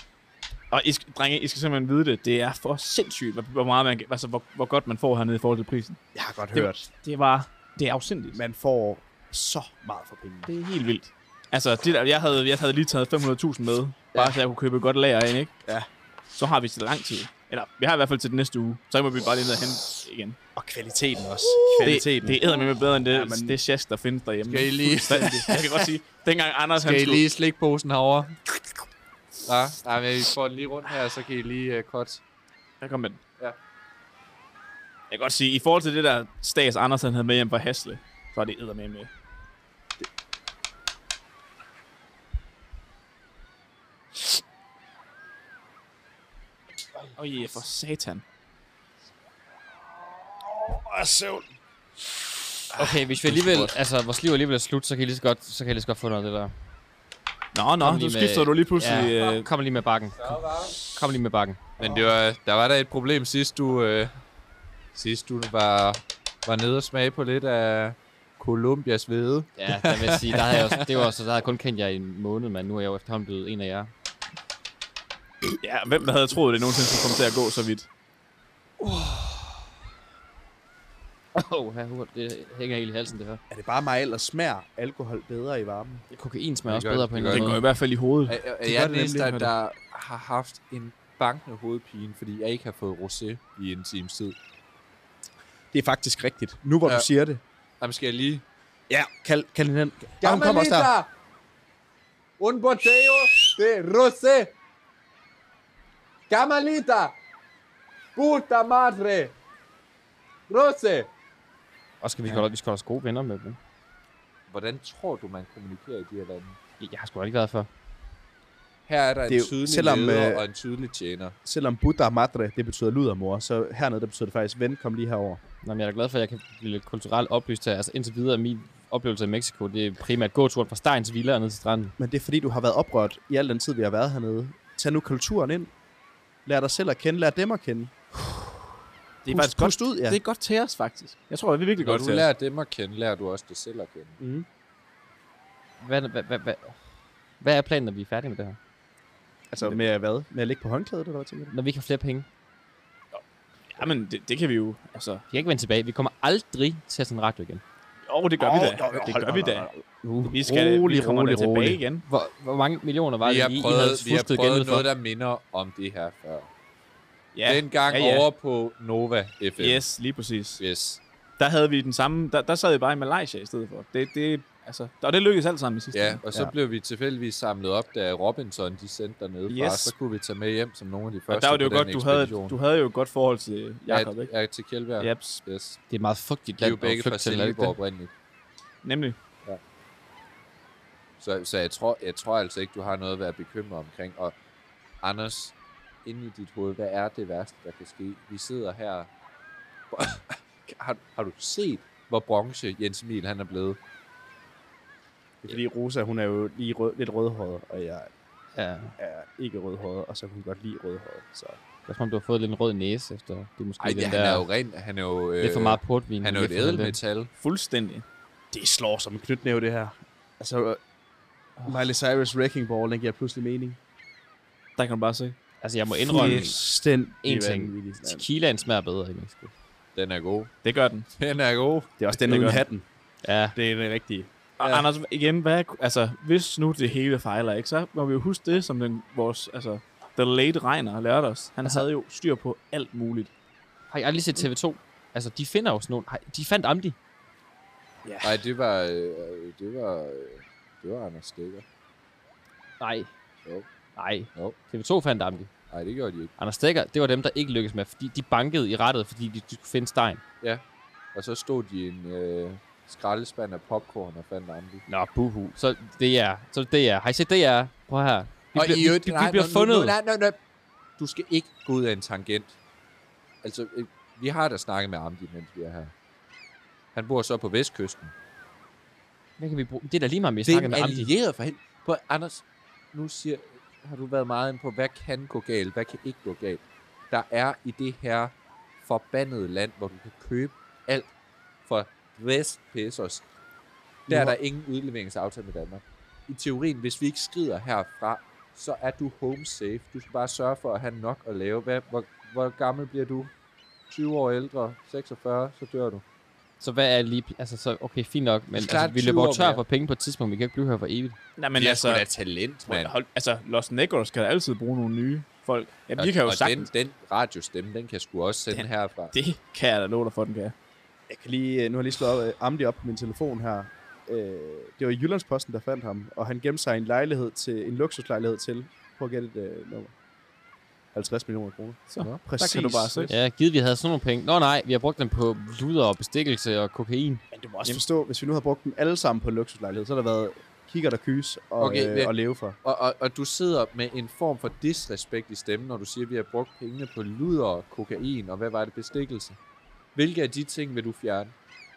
Speaker 10: Og I skal, drenge, I skal simpelthen vide det. Det er for sindssygt, hvor, hvor meget man, kan- altså, hvor, hvor godt man får hernede i forhold til prisen.
Speaker 4: Jeg har godt
Speaker 10: Det-
Speaker 4: hørt.
Speaker 10: Det var... Det er afsindigt.
Speaker 4: Man får så meget for pengene.
Speaker 10: Det er helt vildt. Altså, det der, jeg, havde, jeg havde lige taget 500.000 med, bare så jeg kunne købe et godt lager ind, ikke?
Speaker 4: Ja.
Speaker 10: Så har vi til lang tid. Eller, vi har i hvert fald til den næste uge. Så må vi bare lige ned og hente igen.
Speaker 4: Og kvaliteten også.
Speaker 10: Det, det æder med bedre end det, ja,
Speaker 4: men-
Speaker 10: det sjask, der findes derhjemme.
Speaker 8: Skal I lige-
Speaker 10: Fuldstændig. jeg kan godt sige, dengang Anders han
Speaker 8: Skal I
Speaker 10: skulle...
Speaker 8: lige slikke posen herovre? Ja, nej, men I får den lige rundt her, så kan I lige uh, cut.
Speaker 10: Jeg kom med den.
Speaker 8: Ja.
Speaker 10: Jeg kan godt sige, i forhold til det der Stas Anders han havde med hjem fra Hasle, så er det æder med med. Åh, oh, yeah, for satan.
Speaker 6: Okay, hvis vi alligevel, altså, vores liv alligevel er slut, så kan I lige så godt, så kan I lige så godt få noget af det der.
Speaker 10: Nå, nå,
Speaker 6: lige
Speaker 10: Ah, nu
Speaker 6: med-
Speaker 10: skifter du lige pludselig... Ja. Øh,
Speaker 6: Kom lige med bakken. Kom, kom lige med bakken.
Speaker 8: Men det var, der var der et problem sidst du... Øh, sidst du var, var nede og smage på lidt af Colombias hvede.
Speaker 6: Ja, der vil jeg sige, der havde jeg også, det var også, der havde jeg kun kendt jer i en måned, men nu er jeg jo efterhånden blevet en af jer.
Speaker 10: ja, hvem havde troet, det nogensinde skulle komme til at gå så vidt?
Speaker 6: Åh, oh, det hænger helt i halsen, det her.
Speaker 4: Er det bare mig, eller smager alkohol bedre i varmen?
Speaker 6: Kokain smager
Speaker 8: Det
Speaker 6: også
Speaker 8: gør-
Speaker 6: bedre på en
Speaker 8: det
Speaker 6: eller
Speaker 10: Den
Speaker 6: anden
Speaker 10: går i
Speaker 6: måde.
Speaker 10: hvert fald i hovedet.
Speaker 8: Er, er, er
Speaker 10: Det gør
Speaker 8: jeg den
Speaker 10: det
Speaker 8: eneste,
Speaker 10: nemlig,
Speaker 8: der,
Speaker 10: hørte
Speaker 8: der har haft en bankende hovedpine, fordi jeg ikke har fået rosé i en times tid?
Speaker 4: Det er faktisk rigtigt. Nu hvor
Speaker 8: Ja.
Speaker 4: du siger det.
Speaker 8: Jamen, skal jeg lige...
Speaker 4: Ja, kald, kald hende hen. Ja, hun kommer også der.
Speaker 5: Un boteo de rosé. Camalita. Puta madre. Rosé.
Speaker 6: Og skal vi, ja. vi skal også gode venner med dem.
Speaker 8: Hvordan tror du, man kommunikerer i de her lande?
Speaker 6: Jeg, jeg har sgu da ikke været før.
Speaker 8: Her er der en
Speaker 4: Det er jo-
Speaker 8: tydelig
Speaker 4: selvom,
Speaker 8: leder
Speaker 4: øh,
Speaker 8: og en tydelig tjener.
Speaker 4: Selvom Buddha Madre, det betyder ludermor, så hernede, der betyder det faktisk, ven, kom lige herover.
Speaker 6: Nå, men jeg er da glad for, at jeg kan blive lidt kulturelt oplyst her. Altså indtil videre, min oplevelse i Mexico, det er primært gåturen fra Steins Villa og ned til stranden.
Speaker 4: Men det er fordi, du har været oprørt i al den tid, vi har været hernede. Tag nu kulturen ind. Lær dig selv at kende, lær dem at kende.
Speaker 10: Det er
Speaker 4: Pust-
Speaker 10: faktisk godt,
Speaker 4: pust ud, ja.
Speaker 10: det er godt til os, faktisk. Jeg tror, det er virkelig
Speaker 8: Når
Speaker 10: godt
Speaker 8: du
Speaker 10: til os.
Speaker 8: lærer dem at kende, lærer du også dig selv at kende.
Speaker 6: Hvad, hvad, hvad, hvad, hvad er planen, når vi er færdige med det her?
Speaker 4: Altså med hvad? Med at ligge på håndklædet, eller hvad tænker du?
Speaker 6: Når vi ikke har flere penge?
Speaker 10: Jamen, det, det kan vi jo, altså...
Speaker 6: Vi kan ikke vende tilbage. Vi kommer aldrig til at sende radio igen.
Speaker 10: Jo, det gør vi da. Det gør vi da.
Speaker 6: Uh,
Speaker 10: Vi skal, vi kommer da tilbage igen.
Speaker 6: Hvor, hvor mange millioner var
Speaker 8: Vi
Speaker 6: det,
Speaker 8: har
Speaker 6: I, I havde
Speaker 8: prøvet, vi har
Speaker 6: fusket
Speaker 8: prøvet
Speaker 6: gældet for?
Speaker 8: noget, der minder om det her før.
Speaker 10: Ja.
Speaker 8: Dengang
Speaker 10: ja, ja.
Speaker 8: over på Nova FM.
Speaker 10: Yes, lige præcis.
Speaker 8: Yes.
Speaker 10: Der havde vi den samme, der, der sad vi bare i Malaysia i stedet for. Det, det, altså, og det lykkedes alt sammen i sidste
Speaker 8: Ja,
Speaker 10: ende.
Speaker 8: og så
Speaker 4: Ja.
Speaker 8: blev vi tilfældigvis samlet op, da Robinson de sendte dernede fra.
Speaker 10: Yes.
Speaker 8: Så kunne vi tage med hjem som nogle af de første
Speaker 10: Og der var det jo
Speaker 8: på den
Speaker 10: godt, du havde,
Speaker 8: ekspedition.
Speaker 10: du havde jo et godt forhold til Jakob,
Speaker 8: ja,
Speaker 10: ikke?
Speaker 8: Ja, til Kjeldberg.
Speaker 10: Ja.
Speaker 8: Yes.
Speaker 6: Det er et meget fugtigt
Speaker 8: De er
Speaker 6: land
Speaker 8: jo begge
Speaker 6: at flygte
Speaker 8: fra
Speaker 6: til. er det ikke
Speaker 8: Silkeborg
Speaker 6: det?
Speaker 8: oprindeligt.
Speaker 10: Nemlig.
Speaker 8: Så, så jeg, tror, jeg tror altså ikke, du har noget at være bekymret omkring. Og Anders, inde i dit hoved, hvad er det værste, der kan ske? Vi sidder her. har, har du set, hvor bronze Jens Emil han er blevet?
Speaker 4: Det er fordi Rosa, hun er jo lige rød, lidt rødhåret, og jeg
Speaker 6: ja.
Speaker 4: er ikke rødhåret, og så kan hun godt lide rødhåret. Så.
Speaker 6: Jeg tror, du har fået lidt en rød næse efter. Det er måske
Speaker 8: Ej,
Speaker 6: den
Speaker 8: det,
Speaker 6: der...
Speaker 8: han er jo ren. Han er jo... øh,
Speaker 6: Lidt for meget portvin,
Speaker 8: Han er jo
Speaker 6: lidt
Speaker 8: et
Speaker 6: for den der.
Speaker 8: ædelmetal.
Speaker 10: Fuldstændig.
Speaker 4: Det slår som en knytnæve, det her. Altså, uh, Miley Cyrus Wrecking Ball, den giver pludselig mening.
Speaker 10: Der kan du bare se.
Speaker 6: Altså, jeg må indrømme
Speaker 4: Fuldstændig
Speaker 6: en ting.
Speaker 4: vanvittigt, mand.
Speaker 6: Tequilaen smager bedre i Mexico.
Speaker 8: Den er god.
Speaker 10: Det gør den.
Speaker 8: Den er god.
Speaker 4: Det er også den
Speaker 10: Det er
Speaker 4: uden
Speaker 10: godt.
Speaker 4: hatten.
Speaker 6: Ja,
Speaker 4: Det er den rigtige.
Speaker 10: Og ja. Anders, igen, hvad, altså, hvis nu det hele fejler, ikke, så må vi jo huske det, som den, vores, altså, The Late Reiner lærte os. Han
Speaker 6: Altså-
Speaker 10: altså, havde jo styr på alt muligt.
Speaker 6: har jeg aldrig set
Speaker 8: Mm.
Speaker 6: TV2? Altså, de finder jo sådan nogle... Ej, De fandt Amdi.
Speaker 8: Nej, det var... Øh, det var... Øh, det var Anders Stikker.
Speaker 6: Nej.
Speaker 8: Jo.
Speaker 6: Nej.
Speaker 8: Jo.
Speaker 6: TV2 fandt Amdi.
Speaker 8: Nej, det gjorde de ikke.
Speaker 6: Anders Dækker, det var dem, der ikke lykkedes med, fordi de bankede i rettet, fordi de, de skulle finde Stein.
Speaker 8: Og så stod de i en øh, skraldespand af popcorn og fandt Andy.
Speaker 6: Nå, buhu. Så det er, så det er. Har I set det er? Prøv her. Vi
Speaker 8: Og
Speaker 6: bliver,
Speaker 8: i
Speaker 6: vi,
Speaker 8: øvrigt-
Speaker 6: vi, vi
Speaker 8: nej,
Speaker 6: bliver
Speaker 8: nå, nu-
Speaker 6: fundet.
Speaker 8: nu- Nej, nej, nej. Du skal ikke gå ud af en tangent. Altså, øh, vi har da snakket med Amdi, mens vi er her. Han bor så på vestkysten.
Speaker 6: Hvad kan vi bruge? Det er da lige meget, om vi
Speaker 8: Det er
Speaker 6: snakker
Speaker 8: en
Speaker 6: med Amdi.
Speaker 8: allieret for hende. På, Anders, nu siger, har du været meget inde på, hvad kan gå galt, hvad kan ikke gå galt. Der er i det her forbandede land, hvor du kan købe alt for 60 pesos. Der er der ingen udleveringsaftale med Danmark. I teorien, hvis vi ikke skrider herfra, så er du home safe. Du skal bare sørge for at have nok at lave. Hvad, hvor, hvor gammel bliver du? 20 år ældre, 46, så dør du.
Speaker 6: Så hvad er lige... Altså, så, okay, fint nok, men
Speaker 8: Det er
Speaker 6: altså,
Speaker 8: klart,
Speaker 6: vi løber jo
Speaker 8: 20
Speaker 6: tør
Speaker 8: år mere.
Speaker 6: for penge på et tidspunkt. Vi kan ikke blive her for evigt.
Speaker 10: Nej,
Speaker 8: Men
Speaker 10: men
Speaker 8: jeg
Speaker 10: altså,
Speaker 8: altså, er talent, mand.
Speaker 10: hold, altså, Los Negros kan altid bruge nogle nye folk. Ja, vi kan jo
Speaker 8: og
Speaker 10: sagtens.
Speaker 8: Den, den radiostemme, den kan sgu også sende den. herfra.
Speaker 10: Det kan jeg da love dig for, den kan.
Speaker 4: Jeg kan lige, øh, nu har jeg lige slået op, øh, Amdi op på min telefon her. Øh, det var Jyllandsposten, der fandt ham, og han gemte sig i en lejlighed til, en luksuslejlighed til. Prøv at gætte et øh, nummer. 50 millioner kroner.
Speaker 10: Så, ja,
Speaker 4: Præcis.
Speaker 10: kan du bare se.
Speaker 6: Ja, givet vi havde sådan nogle penge. Nå nej, vi har brugt dem på luder og bestikkelse og kokain.
Speaker 4: Men du må også forstå, hvis vi nu havde brugt dem alle sammen på en luksuslejlighed, så har der været kigger der kys og,
Speaker 8: Okay,
Speaker 4: okay, øh,
Speaker 8: men-
Speaker 4: og leve for.
Speaker 8: Og, og, og du sidder med en form for disrespekt i stemmen, når du siger, at vi har brugt pengene på luder, kokain og hvad var det, bestikkelse? Hvilke af de ting vil du fjerne?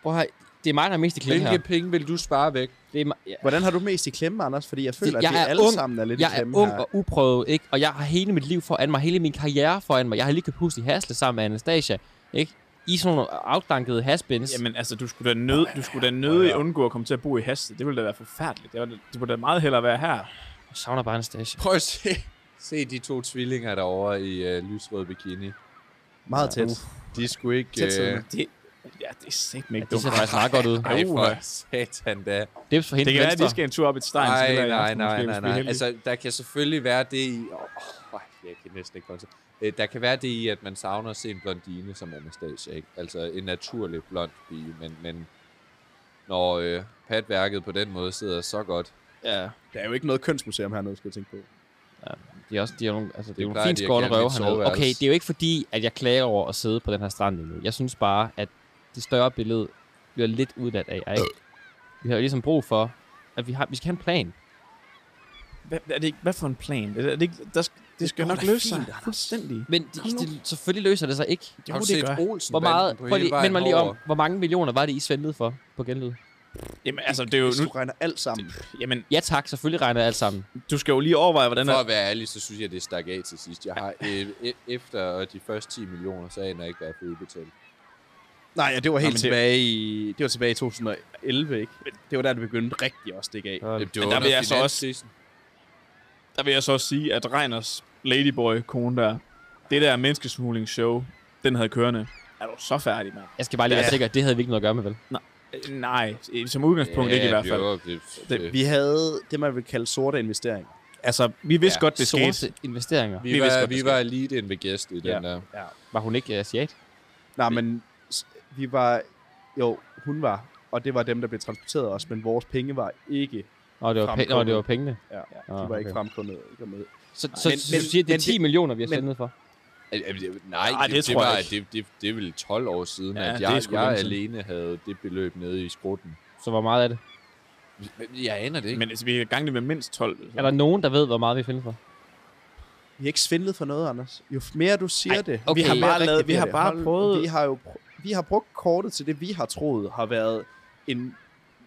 Speaker 6: Prøv her, det er mig, der er mest i klemme
Speaker 8: Hvilke
Speaker 6: her.
Speaker 8: penge vil du spare væk?
Speaker 6: Det er mig, ja.
Speaker 4: Hvordan har du mest i klemme, Anders? Fordi jeg føler,
Speaker 6: Det-
Speaker 4: det,
Speaker 6: jeg
Speaker 4: at vi
Speaker 6: er
Speaker 4: alle
Speaker 6: ung.
Speaker 4: sammen er lidt i
Speaker 6: Jeg er
Speaker 4: klemme
Speaker 6: ung
Speaker 4: her.
Speaker 6: og uprøvet, ikke? Og jeg har hele mit liv foran mig, hele min karriere foran mig. Jeg har lige købt hus i Hasle sammen med Anastasia, ikke? I sådan nogle afdankede haspins.
Speaker 10: Jamen altså, du skulle da nød, du skulle da nødig undgå at komme til at bo i Haste. Det ville da være forfærdeligt. Det, var, det ville da meget hellere være her.
Speaker 6: Jeg savner bare Anastasia.
Speaker 8: Prøv at se, se de to tvillinger derovre i øh, lysrød bikini.
Speaker 4: Meget tæt.
Speaker 8: De skulle ikke... øh,
Speaker 4: Tæt siddende.
Speaker 10: Det, ja, det er sæt ikke
Speaker 6: Det ser faktisk meget godt ud.
Speaker 8: Ej,
Speaker 10: Uha.
Speaker 8: for satan da.
Speaker 6: Dips for hende til
Speaker 10: Det kan være, at
Speaker 6: venstre.
Speaker 10: de skal en tur op et stein. så
Speaker 8: Nej,
Speaker 10: hellere i
Speaker 8: nej,
Speaker 10: aften,
Speaker 8: nej,
Speaker 10: måske,
Speaker 8: nej,
Speaker 10: hvis vi er
Speaker 8: nej.
Speaker 10: heldige.
Speaker 8: Altså, der kan selvfølgelig være det i... Åh, oh, jeg kan næsten ikke holde til. Øh, Der kan være det i, at man savner at se en blondine som Anastasia, ikke? Altså, en naturlig blond pige, men, men når øh, patværket på den måde sidder så godt,
Speaker 6: Ja,
Speaker 4: Der er jo ikke noget kønsmuseum hernede, skal jeg tænke på.
Speaker 6: de er også de er nogle, altså, det, det er
Speaker 8: Det
Speaker 6: nogle
Speaker 8: plejer
Speaker 6: fint
Speaker 8: de at
Speaker 6: skårne
Speaker 8: kalde
Speaker 6: røve
Speaker 8: mit
Speaker 6: hernede.
Speaker 8: soveværelse.
Speaker 6: Okay, det er jo ikke fordi, at jeg klager over at sidde på den her strand lige nu. Jeg synes bare, at det større billede bliver lidt udladt af jer, ikke? Vi har jo ligesom brug for, at vi, har, vi skal have en plan.
Speaker 10: Hvad, er det ikke, hvad for en plan? Er det, er det, ikke, der, sk- det skal nok løse sig. Fuldstændig.
Speaker 6: Men det, det, selvfølgelig løser det sig ikke.
Speaker 10: Jo,
Speaker 8: har du
Speaker 10: det
Speaker 8: set
Speaker 10: gør.
Speaker 8: Olsen
Speaker 6: Hvor meget,
Speaker 8: på
Speaker 6: prøv
Speaker 8: hele
Speaker 6: lige,
Speaker 8: vejen
Speaker 6: mind mig lige om,
Speaker 8: over?
Speaker 6: hvor mange millioner var det, I svindlede for på genlyd?
Speaker 10: Jamen, altså, det er jo
Speaker 4: Hvis du
Speaker 10: nu...
Speaker 4: regner alt sammen.
Speaker 10: Jamen,
Speaker 6: Ja tak, selvfølgelig regner jeg alt sammen.
Speaker 10: du skal jo lige overveje, hvordan...
Speaker 8: For
Speaker 10: Er,
Speaker 8: at være ærlig, så synes jeg, det stak af til sidst. Jeg har øh, e- efter de første 10 millioner, så aner jeg ikke, hvad jeg får udbetalt.
Speaker 4: Nej, ja, det var helt
Speaker 10: men det-
Speaker 4: tilbage i, det var tilbage i 2011, ikke? Men Det var der, det begyndte rigtig at stikke af.
Speaker 8: Øh,
Speaker 6: Øh,
Speaker 8: Det var
Speaker 10: men der
Speaker 8: under
Speaker 10: vil jeg så også,
Speaker 8: finanskrisen.
Speaker 10: der vil jeg så også sige, at Reiners Ladyboy-kone der, det der menneskesmuglingsshow, den havde kørende. Er du så færdig, mand?
Speaker 6: Jeg skal bare lige være
Speaker 10: Ja.
Speaker 6: sikker, at det havde vi ikke noget at gøre med, vel?
Speaker 10: Øh, Nej, i- som udgangspunkt ja, ikke i hvert fald.
Speaker 8: Jo, det,
Speaker 10: Det-
Speaker 8: det,
Speaker 4: Vi havde det, man vil kalde sorte investeringer.
Speaker 10: Altså, vi vidste
Speaker 8: Ja,
Speaker 10: godt, det skete.
Speaker 6: Sorte investeringer.
Speaker 8: vi,
Speaker 10: vi vidste
Speaker 8: var,
Speaker 10: godt, det
Speaker 8: vi
Speaker 10: skete.
Speaker 8: var elite in the guest i
Speaker 10: Ja.
Speaker 8: den der.
Speaker 6: Var hun ikke øh, asiat?
Speaker 4: Nej, men s- vi var... Jo, hun var. Og det var dem, der blev transporteret også, men vores penge var ikke...
Speaker 6: Nå, det var, pe-
Speaker 4: Fremkommet.
Speaker 6: Nå, det var pengene.
Speaker 4: Ja,
Speaker 6: Ah,
Speaker 4: de var ikke
Speaker 6: okay.
Speaker 4: fremkommet. Ikke med.
Speaker 6: Så, så,
Speaker 4: Men-
Speaker 6: så
Speaker 4: men-
Speaker 6: du siger, at det er
Speaker 4: men
Speaker 6: 10 millioner, vi har
Speaker 4: men-
Speaker 6: sendt for?
Speaker 8: Al- al- det- Nej,
Speaker 10: Ej,
Speaker 8: det, det, det, tror var, jeg det, det, det er vel 12 år siden,
Speaker 10: Ja,
Speaker 8: ja, at
Speaker 10: det er
Speaker 8: jeg,
Speaker 10: sgu
Speaker 8: jeg
Speaker 10: længe siden.
Speaker 8: alene havde det beløb nede i skrutten.
Speaker 6: Så hvor meget er det?
Speaker 8: Jeg aner det ikke. Men,
Speaker 10: Men altså, vi kan gange det med mindst 12.
Speaker 6: Er der nogen, der ved, hvor meget vi finder for?
Speaker 4: Vi har ikke svindlet for noget, Anders. Jo mere du siger
Speaker 6: Ej,
Speaker 4: det...
Speaker 6: okay. Vi har
Speaker 4: jo
Speaker 6: bare
Speaker 4: mere rigtigt
Speaker 10: lavet- vi
Speaker 4: bliver
Speaker 10: har
Speaker 4: det.
Speaker 10: bare prøvet-
Speaker 4: Vi har jo pr- vi har brugt kortet til det, vi har troet har været en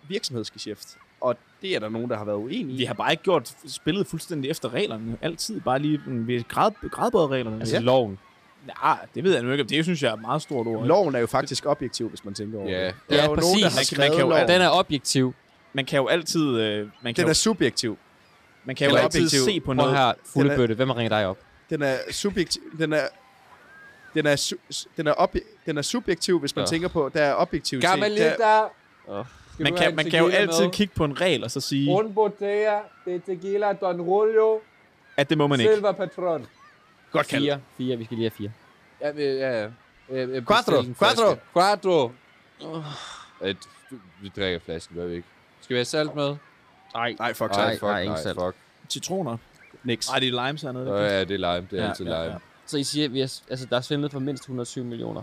Speaker 4: virksomhedsgeschæft. Og det er der nogen, der har været uenige i.
Speaker 10: Vi har bare ikke gjort spillet fuldstændig efter reglerne. Altid bare lige, mm, vi har grad, gradbøjet reglerne.
Speaker 6: Altså loven.
Speaker 10: Nej, det ved jeg nu ikke. om. Det synes jeg er et meget stort ord.
Speaker 4: Loven er jo faktisk objektiv, hvis man tænker over
Speaker 8: Ja.
Speaker 4: det.
Speaker 6: Ja,
Speaker 4: er Altså, jo
Speaker 6: præcis.
Speaker 4: nogen, der har
Speaker 6: Man
Speaker 10: kan- man
Speaker 4: skrevet
Speaker 10: kan jo-
Speaker 4: loven.
Speaker 6: Den er objektiv.
Speaker 10: Man kan jo altid, øh, man kan
Speaker 4: Den
Speaker 10: jo,
Speaker 4: er subjektiv.
Speaker 10: man kan jo
Speaker 4: eller
Speaker 10: altid
Speaker 4: objektiv.
Speaker 10: se på
Speaker 6: Prøv
Speaker 10: noget.
Speaker 6: her,
Speaker 4: Den er-
Speaker 6: fuldbøtte. Hvem har ringet dig op?
Speaker 4: Den er subjektiv. Den er den er, su- den, er obje- den er subjektiv, hvis man
Speaker 6: Ja.
Speaker 4: tænker på, der er objektiv ting. Der,
Speaker 5: Gamalita.
Speaker 6: Åh.
Speaker 5: Skal
Speaker 10: Man
Speaker 5: du
Speaker 10: kan,
Speaker 5: have
Speaker 10: man
Speaker 5: en
Speaker 10: kan jo
Speaker 5: tequila
Speaker 10: altid
Speaker 5: med?
Speaker 10: kigge på en regel og så sige,
Speaker 5: Un botella de tequila Don Julio
Speaker 10: at det må man ikke.
Speaker 5: Silver Patron.
Speaker 4: godt kaldt.
Speaker 6: Fire. Fire. Vi skal lige have fire.
Speaker 5: Ja, ja, ja. Øh, øh,
Speaker 8: Quattro,
Speaker 5: bestil en flaske.
Speaker 8: quattro.
Speaker 5: Quattro.
Speaker 8: At, vi drikker flasken, gør vi ikke. Skal vi have salt med?
Speaker 4: Nej, fuck
Speaker 8: nej,
Speaker 4: nej.
Speaker 8: fuck, nej,
Speaker 6: ingen
Speaker 8: nej,
Speaker 6: salt.
Speaker 8: fuck.
Speaker 10: Citroner.
Speaker 4: Niks.
Speaker 10: Nej, det er limes hernede.
Speaker 8: Nå, ja, det er lime. Det er
Speaker 10: Ja,
Speaker 8: altid
Speaker 10: ja, ja.
Speaker 8: lime.
Speaker 6: Så I siger, at vi er, altså, der er svindlet for mindst 120 millioner.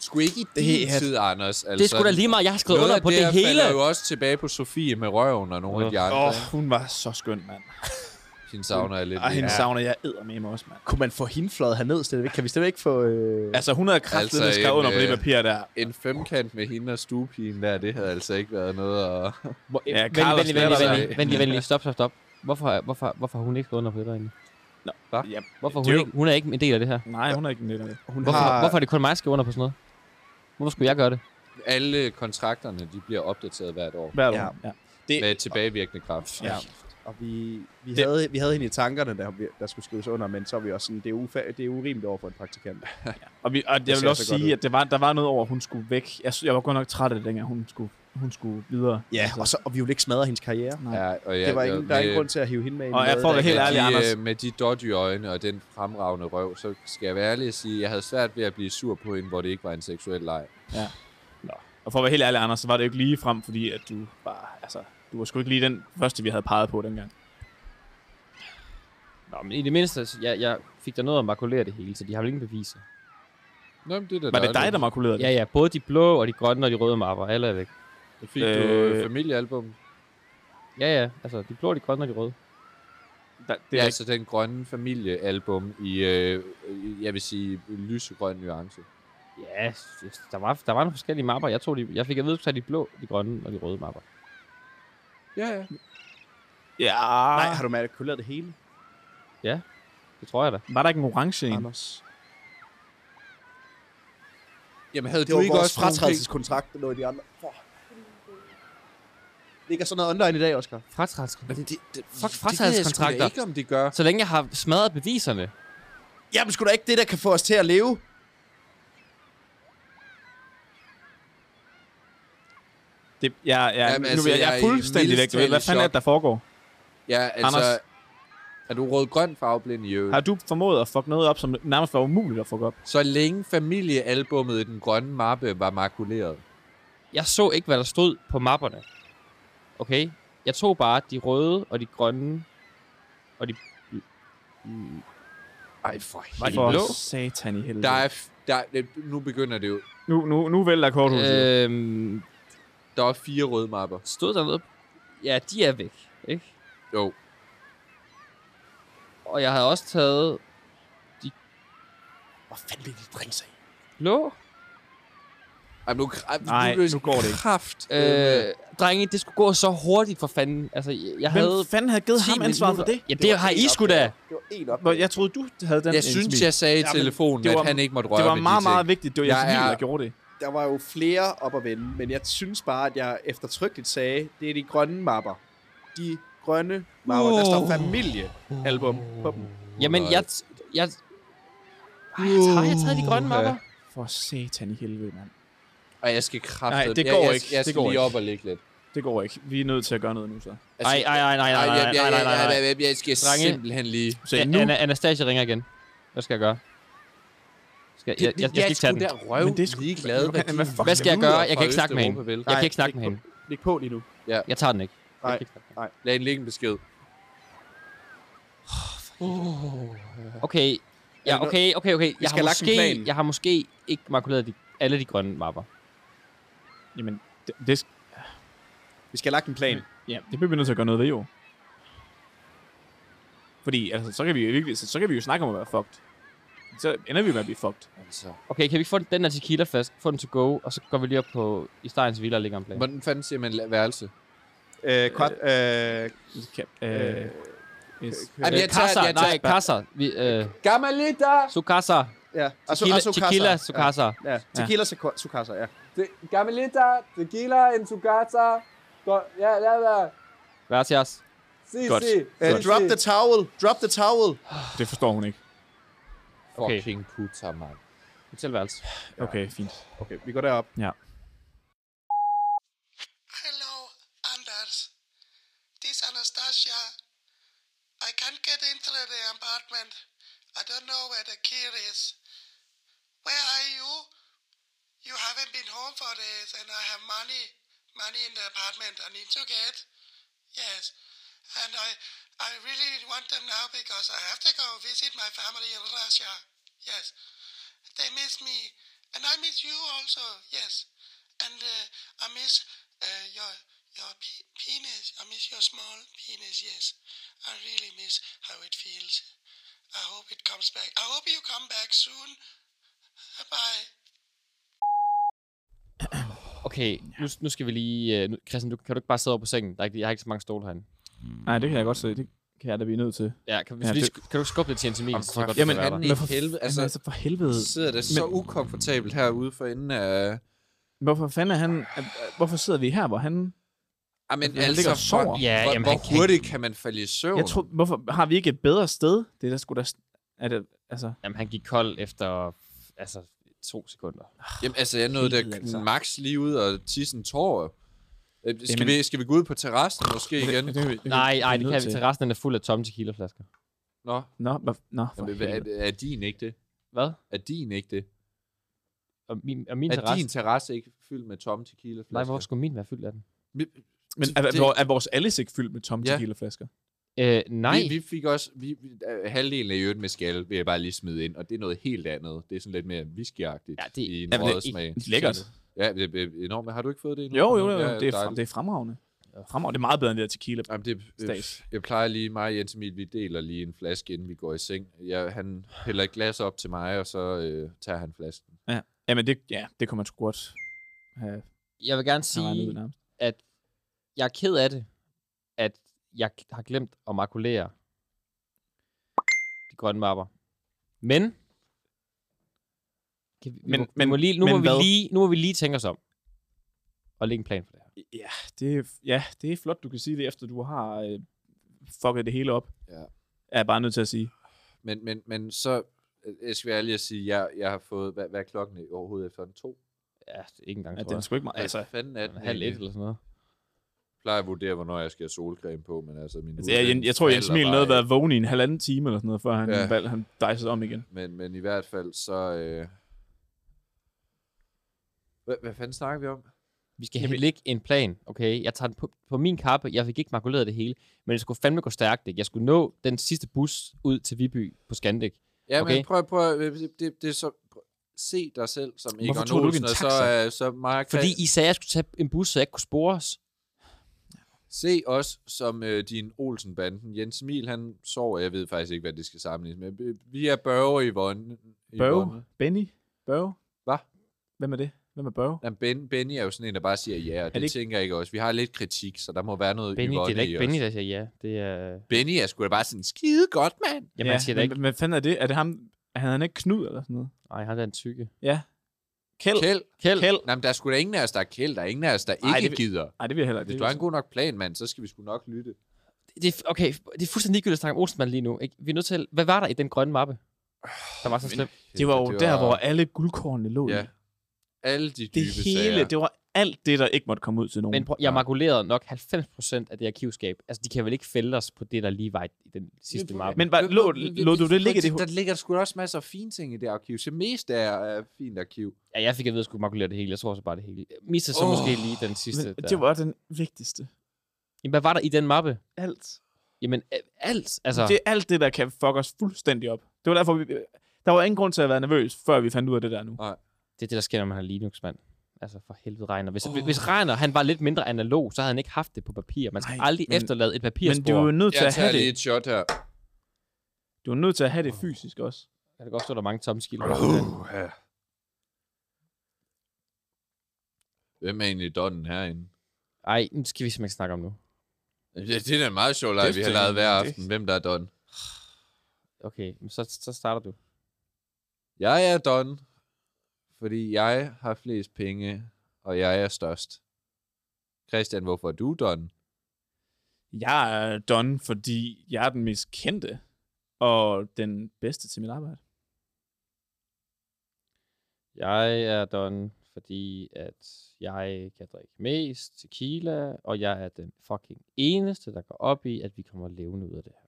Speaker 8: Sgu ikke i din tid, Anders. Altså,
Speaker 6: Det er sgu da lige meget. Jeg har skrevet
Speaker 8: noget
Speaker 6: under
Speaker 8: af
Speaker 6: på det,
Speaker 8: her
Speaker 6: hele.
Speaker 8: falder jo også tilbage på Sofie med røven og nogle af de andre.
Speaker 10: Åh,
Speaker 8: Oh.
Speaker 10: oh, hun var så skøn, mand.
Speaker 8: Hende savner jeg lidt.
Speaker 10: Og hende
Speaker 8: Ja.
Speaker 10: savner jeg æder med mig også, mand.
Speaker 4: Kunne man få hende fløjet herned stadigvæk? Kan vi stadigvæk få... Øh...
Speaker 10: Altså, hun havde kraftedet
Speaker 8: Altså,
Speaker 10: altså, skrevet
Speaker 8: en,
Speaker 10: under på det
Speaker 8: øh,
Speaker 10: papir der.
Speaker 8: En femkant med hende og stuepigen der, det havde altså ikke været noget at...
Speaker 6: Hvor-
Speaker 10: Ja,
Speaker 6: øh, Vent,
Speaker 10: Carlos
Speaker 6: vent, vent,
Speaker 8: lader
Speaker 6: vent,
Speaker 8: sig.
Speaker 6: vent, vent, vent, lige. stop, stop, stop. Hvorfor, hvorfor, hvorfor har hun ikke skrevet under på det derinde?
Speaker 10: Nå,
Speaker 8: hva?
Speaker 10: ja,
Speaker 6: hvorfor er
Speaker 10: det
Speaker 6: hun,
Speaker 10: er jo-
Speaker 6: ikke, hun er ikke en del af det her.
Speaker 10: Nej, hun er ikke en del af det.
Speaker 4: hun
Speaker 6: Hvorfor,
Speaker 4: har...
Speaker 6: hvorfor er det kun mig, der skriver under på sådan noget? Hvorfor skulle jeg gøre det?
Speaker 8: Alle kontrakterne, de bliver opdateret hvert år.
Speaker 10: Hvert
Speaker 4: Ja.
Speaker 10: år. Ja. Det,
Speaker 8: Med tilbagevirkende kraft.
Speaker 10: ja.
Speaker 4: Og vi, vi,
Speaker 10: Det-
Speaker 4: havde, vi havde hende i tankerne, der, vi- der skulle skrives under, men så er vi også sådan, det er, ufa- det er urimeligt over for en praktikant.
Speaker 10: Og, vi, og jeg
Speaker 4: ser
Speaker 10: vil også
Speaker 4: så godt
Speaker 10: sige,
Speaker 4: ud.
Speaker 10: at det var, der var noget over, at hun skulle væk. Jeg, sy- jeg var godt nok træt af det, dengang hun skulle, hun skulle videre.
Speaker 4: Ja, og, så, og vi ville ikke smadre hendes karriere.
Speaker 10: Nej.
Speaker 8: Ja, og ja,
Speaker 4: Altså. det var
Speaker 8: ja,
Speaker 4: ingen, der er ingen
Speaker 8: med-
Speaker 4: grund til at hive hende med. i
Speaker 10: Og
Speaker 4: noget,
Speaker 10: jeg får
Speaker 4: der
Speaker 10: det
Speaker 4: ikke
Speaker 10: helt
Speaker 4: er-
Speaker 10: ærligt,
Speaker 8: med de,
Speaker 10: Anders.
Speaker 8: øh, med de dodgy øjne og den fremragende røv, så skal jeg være ærlig og sige, at jeg havde svært ved at blive sur på hende, hvor det ikke var en seksuel leg.
Speaker 10: Og for at være helt ærlig, Anders, så var det jo ikke lige frem, fordi at du var, altså, du var sgu ikke lige den første, vi havde peget på dengang.
Speaker 6: Nå, men i det mindste, så jeg, jeg fik der noget at makulere det hele, så de har vel ingen beviser.
Speaker 8: Nå, men det er da
Speaker 10: Var det dig,
Speaker 8: dejligt.
Speaker 10: der makulerede det?
Speaker 6: Ja, ja, både de blå og de grønne og de røde mapper, alle er væk.
Speaker 8: Så Fik øh... du
Speaker 10: Øh,
Speaker 8: øh, familiealbum?
Speaker 6: Ja, ja, altså de blå, de grønne og de røde.
Speaker 10: Der,
Speaker 8: Det
Speaker 10: det
Speaker 8: er
Speaker 10: er
Speaker 8: altså den grønne familiealbum i, øh, i- jeg vil sige, lysegrøn nuance.
Speaker 6: Ja, s- der var, der var nogle forskellige mapper. Jeg, tog de, jeg fik at vide, at de blå, de grønne og de røde mapper.
Speaker 8: Ja, ja.
Speaker 10: ja.
Speaker 4: Nej, har du makuleret det hele,
Speaker 6: Det tror jeg da.
Speaker 10: Var der ikke en orange en?
Speaker 4: Anders?
Speaker 8: Jamen havde
Speaker 4: Det
Speaker 8: du
Speaker 4: var
Speaker 8: ikke
Speaker 4: vores
Speaker 8: også nogle
Speaker 4: fratrædelseskontrakt, der lå i de andre. For. Ligger sådan noget online i dag, Oscar?
Speaker 8: ting-
Speaker 6: Fratrædelseskontrakt.
Speaker 8: Jamen, det, det,
Speaker 6: Fuck
Speaker 8: Det ved
Speaker 6: fratrædelseskontrakter.
Speaker 8: jeg sgu da ikke, om det gør.
Speaker 6: Så længe jeg har smadret beviserne.
Speaker 4: Jamen, skulle da ikke det, der kan få os til at leve?
Speaker 10: Det, ja, ja,
Speaker 8: Jamen,
Speaker 10: Jamen, nu,
Speaker 8: altså,
Speaker 10: altså, jeg, jeg
Speaker 8: jeg
Speaker 10: er
Speaker 8: er i
Speaker 10: fuldstændig væk.
Speaker 8: mildest
Speaker 10: Du ved, Hvad
Speaker 8: talt i
Speaker 10: fanden er
Speaker 8: chok.
Speaker 10: det, der foregår?
Speaker 8: Ja, altså,
Speaker 10: Anders.
Speaker 8: Anders. er du rød-grøn farveblind i øvrigt?
Speaker 10: Har du formået at fuck noget op, som nærmest var umuligt at fuck op?
Speaker 8: Så længe familiealbummet i den grønne mappe var makuleret.
Speaker 6: Jeg så ikke, hvad der stod på mapperne. Okay? Jeg tog bare de røde og de grønne. Og de... Mm,
Speaker 8: Ej, for
Speaker 10: Var
Speaker 8: helvede.
Speaker 10: de
Speaker 6: For
Speaker 10: blå? satan i helvede.
Speaker 8: Der er, f- der, er- nu begynder det jo.
Speaker 10: Nu, nu, nu vælter korthuset. Øh,
Speaker 6: øhm,
Speaker 8: Der er fire røde mapper.
Speaker 6: stod der noget? Ja, de er væk. Ikke?
Speaker 8: Jo.
Speaker 6: Og jeg havde også taget
Speaker 4: Hvor fanden vil de drenge sig?
Speaker 6: blå.
Speaker 8: Ej, nu, ej,
Speaker 10: Nej,
Speaker 8: nu,
Speaker 10: nu går det ikke.
Speaker 8: Kraft.
Speaker 6: Øh, drenge, det skulle gå så hurtigt for fanden. Altså, jeg, jeg
Speaker 10: Hvem
Speaker 6: havde...
Speaker 10: fanden havde givet
Speaker 6: 10
Speaker 10: ham ansvaret for det?
Speaker 6: Ja, det, det har I sgu da.
Speaker 4: Det var en
Speaker 10: Hvor
Speaker 4: opgave.
Speaker 10: Jeg troede, du havde den
Speaker 8: jeg
Speaker 10: en
Speaker 8: synes,
Speaker 10: smil.
Speaker 8: jeg sagde i
Speaker 4: Jamen,
Speaker 8: telefonen,
Speaker 10: det var-
Speaker 8: at han ikke måtte røre
Speaker 10: Det var
Speaker 8: ved
Speaker 10: meget,
Speaker 8: de ting.
Speaker 10: meget vigtigt. Det var jeg,
Speaker 8: Jeg
Speaker 10: jeg
Speaker 8: er-
Speaker 10: der gjorde det.
Speaker 4: Der var jo flere op at vende, men jeg synes bare, at jeg eftertrykkeligt sagde, det er de grønne mapper. De grønne mapper. Der står familiealbum på dem.
Speaker 6: Jamen, jeg... jeg Uh. ej, jeg tager, jeg taget de grønne mapper.
Speaker 10: For satan i helvede, mand.
Speaker 8: Og jeg skal kraft.
Speaker 10: Nej, det
Speaker 8: jeg,
Speaker 10: går
Speaker 8: jeg,
Speaker 10: ikke.
Speaker 8: Jeg, jeg
Speaker 10: Det
Speaker 8: skal
Speaker 10: går
Speaker 8: lige
Speaker 10: ikke.
Speaker 8: op og ligge lidt.
Speaker 10: Det går ikke. Vi er nødt til at gøre noget nu, så.
Speaker 8: Altså,
Speaker 6: Ej, ej, ej, nej, nej,
Speaker 8: ej,
Speaker 6: nej,
Speaker 8: jeg- jeg-
Speaker 6: nej, nej, nej,
Speaker 8: jeg-
Speaker 6: nej.
Speaker 8: jeg- Jeg skal
Speaker 6: Drenge.
Speaker 8: simpelthen lige...
Speaker 10: Så
Speaker 6: A-
Speaker 10: nu,
Speaker 6: Anna, Anastasia ringer igen. Hvad skal jeg gøre? Skal, jeg, jeg, jeg, skal ikke tage den.
Speaker 8: Jeg er sgu da røv
Speaker 10: Men det er sgu-
Speaker 8: ligeglad,
Speaker 10: Hvad
Speaker 8: de
Speaker 10: fuck skal
Speaker 6: Hvad skal jeg gøre? Jeg
Speaker 8: fra
Speaker 6: kan ikke snakke med hende.
Speaker 8: Østeuropa vil.
Speaker 6: Jeg kan ikke snakke med hende.
Speaker 4: Læg på lige nu.
Speaker 6: Jeg tager den ikke. Jeg
Speaker 4: Nej.
Speaker 6: kan ikke snakke med
Speaker 8: Lad hende lægge en besked.
Speaker 6: hende. Okay, ja,
Speaker 4: Er det
Speaker 6: okay, okay, okay.
Speaker 4: skal
Speaker 6: Jeg har,
Speaker 4: have lagt en
Speaker 6: måske,
Speaker 4: plan.
Speaker 6: jeg har måske ikke makuleret de, alle de grønne mapper.
Speaker 10: jamen, det, det,
Speaker 4: Vi skal have lagt en plan.
Speaker 6: Mm.
Speaker 10: ja, det bliver vi nødt til at gøre noget ved, jo. Fordi, altså, så kan vi jo virkelig, så, så kan vi jo snakke om at være fucked. Så ender vi med at blive fucked.
Speaker 8: Altså,
Speaker 6: Okay, kan vi ikke få den, den her tequila flaske, få den to go, og så går vi lige op på i Steins Villa og lægger en plan.
Speaker 8: hvordan fanden siger man la- værelse?
Speaker 6: Øh, quad, øh,
Speaker 10: Kap, øh, yes.
Speaker 8: Jamen, jeg tager, jeg tager, nej, kasser. Vi, øh,
Speaker 11: Gamalita!
Speaker 8: Sukasa.
Speaker 6: Ja, og su-
Speaker 8: Tequila-
Speaker 6: og Sukasa.
Speaker 8: tequila, ah, Sukasa.
Speaker 6: Ja, ja. tequila, Suka- Sukasa, ja.
Speaker 11: Te- Gamalita, tequila, en sukata. Go- Ja, ja, ja.
Speaker 8: Gracias.
Speaker 11: Si,
Speaker 8: Godt.
Speaker 11: si.
Speaker 6: Uh, drop
Speaker 4: Øh,
Speaker 6: the towel, drop the towel.
Speaker 10: Det forstår hun ikke.
Speaker 8: Okay.
Speaker 4: Fucking putter, mand.
Speaker 8: Hotelværelse.
Speaker 10: Okay, fint.
Speaker 6: Okay, vi går derop.
Speaker 10: Ja.
Speaker 12: Hello, Anders. This Anastasia. I can't get into the apartment. I don't know where the key is. Where are you? You haven't been home for days, and I have money, money in the apartment. I need to get. Yes, and I, I really want them now because I have to go visit my family in Russia. Yes, they miss me, and I miss you also. Yes, and uh, I miss uh, your your pe- penis. I miss your small penis. Yes, I really miss how it feels. I hope it comes back. I hope you come back soon. Bye.
Speaker 8: Okay, nu, nu skal vi lige... øh, Nu, Christian, du, kan du ikke bare sidde over på sengen? Der er ikke, jeg har ikke så mange stole herinde.
Speaker 10: Nej, det kan jeg godt se. Det kan jeg da blive nødt til.
Speaker 8: Ja, kan, hvis
Speaker 10: Ja,
Speaker 8: ja, lige,
Speaker 10: det-
Speaker 8: sk- kan du ikke skubbe det til en termin? Så godt,
Speaker 4: Jamen,
Speaker 8: det kan
Speaker 4: han
Speaker 8: være
Speaker 4: i
Speaker 8: der.
Speaker 4: helvede.
Speaker 10: Altså,
Speaker 4: Altså,
Speaker 10: altså for helvede.
Speaker 4: sidder der så ukomfortabelt herude for enden af...
Speaker 10: Hvorfor fanden er han... er- Hvorfor sidder vi her, hvor han...
Speaker 4: Jamen,
Speaker 10: Han
Speaker 4: altså,
Speaker 10: ligger og sover.
Speaker 4: hvor,
Speaker 8: Ja,
Speaker 4: hvor,
Speaker 8: jamen, han
Speaker 4: hvor
Speaker 8: kan
Speaker 4: hurtigt kan man falde i søvn?
Speaker 10: Jeg tror, hvorfor har vi ikke et bedre sted? Det er der sgu da... Er det, altså,
Speaker 8: Jamen, han gik kold efter altså, to sekunder.
Speaker 4: Jamen, altså, jeg nåede
Speaker 10: Helt
Speaker 4: da
Speaker 10: altså.
Speaker 4: max lige ud og tisse en tår. Øh, Skal,
Speaker 10: Jamen.
Speaker 4: vi, skal vi gå ud på terrassen måske igen?
Speaker 10: det, kan vi- det, kan
Speaker 8: Nej,
Speaker 10: vi-
Speaker 8: nej,
Speaker 10: vi
Speaker 8: det
Speaker 10: nødt
Speaker 8: kan vi.
Speaker 10: til.
Speaker 8: Terrassen den er fuld af tomme tequilaflasker.
Speaker 4: Nå,
Speaker 10: Nå, hvad, nå for
Speaker 4: Jamen, er,
Speaker 10: helvede.
Speaker 4: er, er din ikke det?
Speaker 8: Hvad?
Speaker 4: Er din ikke det?
Speaker 8: Og min, og min
Speaker 4: Er
Speaker 8: terrasse?
Speaker 4: din terrasse ikke fyldt med tomme tequila
Speaker 8: Nej, hvorfor skulle min være fyldt af den?
Speaker 10: Men er, er, er vores alles ikke fyldt med tomme
Speaker 4: Ja.
Speaker 10: ja. tequilaflasker?
Speaker 8: Øh, nej.
Speaker 4: Vi, vi fik også... Vi, vi, øh, halvdelen af øvrigt med skal, vil jeg bare lige smide ind, og det er noget helt andet. Det er sådan lidt mere whiskyagtigt
Speaker 8: Ja,
Speaker 4: ja,
Speaker 8: det-
Speaker 4: det, i en
Speaker 10: Jamen, det er
Speaker 4: røget smag.
Speaker 10: ikke- lækkert.
Speaker 4: Ja, det er enormt. Har du ikke fået det endnu?
Speaker 10: Jo, jo,
Speaker 4: Ja,
Speaker 10: jo. jo. Det, er,
Speaker 4: dejligt.
Speaker 10: frem, det er fremragende. Fremragende. Det er meget bedre end det der tequila.
Speaker 4: Jamen, det, øh,
Speaker 10: Stas.
Speaker 4: jeg plejer lige, mig og Jens Emil, vi deler lige en flaske, inden vi går i seng. Jeg, han hælder et glas op til mig, og så øh, tager han flasken.
Speaker 10: Jamen, det, ja, det kunne man sgu godt have,
Speaker 8: Jeg vil gerne
Speaker 10: have regnet
Speaker 8: sige,
Speaker 10: ud nærmest.
Speaker 8: at jeg er ked af det, at jeg k- har glemt at makulere de grønne mapper. Men, kan vi, men,
Speaker 10: Men-
Speaker 8: må, men,
Speaker 10: men-
Speaker 8: må lige, nu,
Speaker 10: men
Speaker 8: må vi
Speaker 10: hvad?
Speaker 8: lige, nu må vi lige tænke os om og lægge en plan for det her.
Speaker 10: Ja det, er- ja, det er flot, du kan sige det, efter du har øh, fucket det hele op.
Speaker 4: Ja.
Speaker 10: Er jeg bare nødt til at sige.
Speaker 4: Men, men, men så, øh, jeg skal være ærlig at sige, jeg, jeg har fået, hvad, hvad er klokken overhovedet efter en to?
Speaker 8: Ja, det er ikke engang,
Speaker 10: At
Speaker 8: tror
Speaker 10: den er sgu ikke meget.
Speaker 4: Hvad
Speaker 10: Altså,
Speaker 4: fanden er
Speaker 8: jeg.
Speaker 4: den
Speaker 8: Den er Halv
Speaker 4: egentlig?
Speaker 8: et eller sådan noget.
Speaker 4: Jeg plejer at vurdere, hvornår jeg skal have solcreme på, men altså min
Speaker 10: altså jeg, jeg,
Speaker 4: hud,
Speaker 10: jeg, tror,
Speaker 4: den
Speaker 10: Jens
Speaker 4: falder
Speaker 10: Emil nåede at
Speaker 4: bare
Speaker 10: være vågen i en halvanden time eller sådan noget, før han,
Speaker 4: Ja.
Speaker 10: ja. valg, han dejsede om igen.
Speaker 4: af. Men, men i hvert fald, så... Øh... Hvad, hvad fanden snakker vi om?
Speaker 8: Vi skal Jamen, lægge en plan, okay? Jeg tager den på, på min kappe. Jeg fik ikke makuleret det hele, men det skulle fandme gå stærkt, ikke? Jeg skulle nå den sidste bus ud til Viby på Scandic.
Speaker 4: Ja, okay.
Speaker 8: Okay.
Speaker 4: men prøv, prøv, øh, det, det, det er så... prøv- Se dig selv som Egon
Speaker 10: Hvorfor tog du ikke
Speaker 4: Olsen,
Speaker 10: en
Speaker 4: og så,
Speaker 10: taxa?
Speaker 4: øh, så Mark
Speaker 8: Fordi I sagde, at jeg skulle tage en bus, så jeg ikke kunne spore os.
Speaker 4: Se os som øh, din Olsen-banden. Jens Emil, han sover, jeg ved faktisk ikke, hvad det skal sammenlignes med. Vi- Vi er Børge i vonden.
Speaker 10: Børge? Benny? Børge?
Speaker 4: Hvad?
Speaker 10: Hvem er det? Hvem er Børge?
Speaker 4: Jamen, ben, Benny er jo sådan en, der bare siger ja, og det,
Speaker 10: det
Speaker 4: det
Speaker 10: ikke-
Speaker 4: tænker jeg ikke også. Vi har lidt kritik, så der må være noget
Speaker 8: Benny, det er da
Speaker 4: Yvonne i
Speaker 8: ikke
Speaker 4: os.
Speaker 8: Benny, der siger ja. Det er...
Speaker 4: Benny er sgu da bare sådan, skide godt, mand.
Speaker 8: Jamen, ja, han siger da
Speaker 10: men,
Speaker 8: ikke.
Speaker 10: Hvad fanden er det? Er det ham? Er han ikke Knud eller sådan noget?
Speaker 8: Nej, han er en tykke.
Speaker 10: Ja. Kjeld?
Speaker 4: Kjeld.
Speaker 8: Kjeld.
Speaker 10: Kjeld.
Speaker 4: Nej, men der er sgu da ingen af os, der er Kjeld. Der er ingen af os, der
Speaker 10: Ej,
Speaker 4: ikke
Speaker 10: det-
Speaker 4: gider.
Speaker 10: Nej, det vil jeg heller
Speaker 4: Hvis
Speaker 10: det
Speaker 4: du
Speaker 10: vil
Speaker 4: har
Speaker 10: jeg
Speaker 4: en god nok plan, mand, så skal vi sgu nok lytte.
Speaker 8: Det, er- okay, det er fuldstændig ligegyldigt at snakke om Olsenmand lige nu. Ikke? Vi er nødt til at, Hvad var der i den grønne mappe? Der var så slemt.
Speaker 10: sige. Det
Speaker 4: øh,
Speaker 10: var jo der, hvor alle guldkornene lå. i.
Speaker 4: Ja. Alle de dybe
Speaker 10: det hele,
Speaker 4: sager.
Speaker 10: det var alt det, der ikke måtte komme ud til nogen.
Speaker 8: Men prøv, jeg makulerede nok 90% af det arkivskab. Altså, de kan vel ikke fælde os på det, der lige var i den sidste mappe.
Speaker 10: Men var, lå, lå du det ligge i det
Speaker 4: Der
Speaker 10: hu-
Speaker 4: ligger sgu da også masser af fine ting i det arkiv. Så mest er, er fint arkiv.
Speaker 8: Ja, jeg fik at vide, at jeg skulle makulere det hele. Jeg tror så bare det hele. Misser så
Speaker 4: Åh,
Speaker 8: oh, måske lige den sidste.
Speaker 10: Men
Speaker 8: der.
Speaker 10: Det var den vigtigste.
Speaker 8: Jamen, hvad var der i den mappe?
Speaker 10: Alt.
Speaker 8: Jamen, øh, alt. Altså,
Speaker 10: Så. Det er alt det, der kan fuck os fuldstændig op. Det var derfor, vi, der var ingen grund til at være nervøs, før vi fandt ud af det der nu.
Speaker 8: det er det, der sker, når man har Linux, mand. Altså, for helvede Reiner. Hvis, oh. hvis Reiner, han var lidt mindre analog, så havde han ikke haft det på papir. Man skal
Speaker 10: Nej,
Speaker 8: Nej, aldrig
Speaker 10: men-
Speaker 8: men, efterlade et
Speaker 10: Men du er
Speaker 8: papirspor.
Speaker 10: jo
Speaker 8: Men
Speaker 10: nødt til
Speaker 4: Jeg
Speaker 10: at
Speaker 4: tager
Speaker 10: have
Speaker 4: lige
Speaker 10: det.
Speaker 4: et shot her.
Speaker 10: Du er nødt til at have det fysisk også.
Speaker 8: Jeg kan godt stå, der er mange tomme skilder.
Speaker 4: ja. Hvem er egentlig donnen herinde?
Speaker 8: Ej, nu skal vi simpelthen ikke snakke om nu.
Speaker 4: Ja, det er da en meget sjov leg,
Speaker 8: Det
Speaker 4: vi har
Speaker 8: er-
Speaker 4: lavet hver
Speaker 8: det-
Speaker 4: aften. Hvem der er Don?
Speaker 8: Okay, men så, så starter du.
Speaker 4: Jeg er Don, fordi jeg har flest penge, og jeg er størst. Christian, hvorfor er du Don?
Speaker 10: Jeg er Don, fordi jeg er den mest kendte, og den bedste til mit arbejde.
Speaker 8: Jeg er Don, fordi at jeg kan drikke mest tequila, og jeg er den fucking eneste, der går op i, at vi kommer levende ud af det her.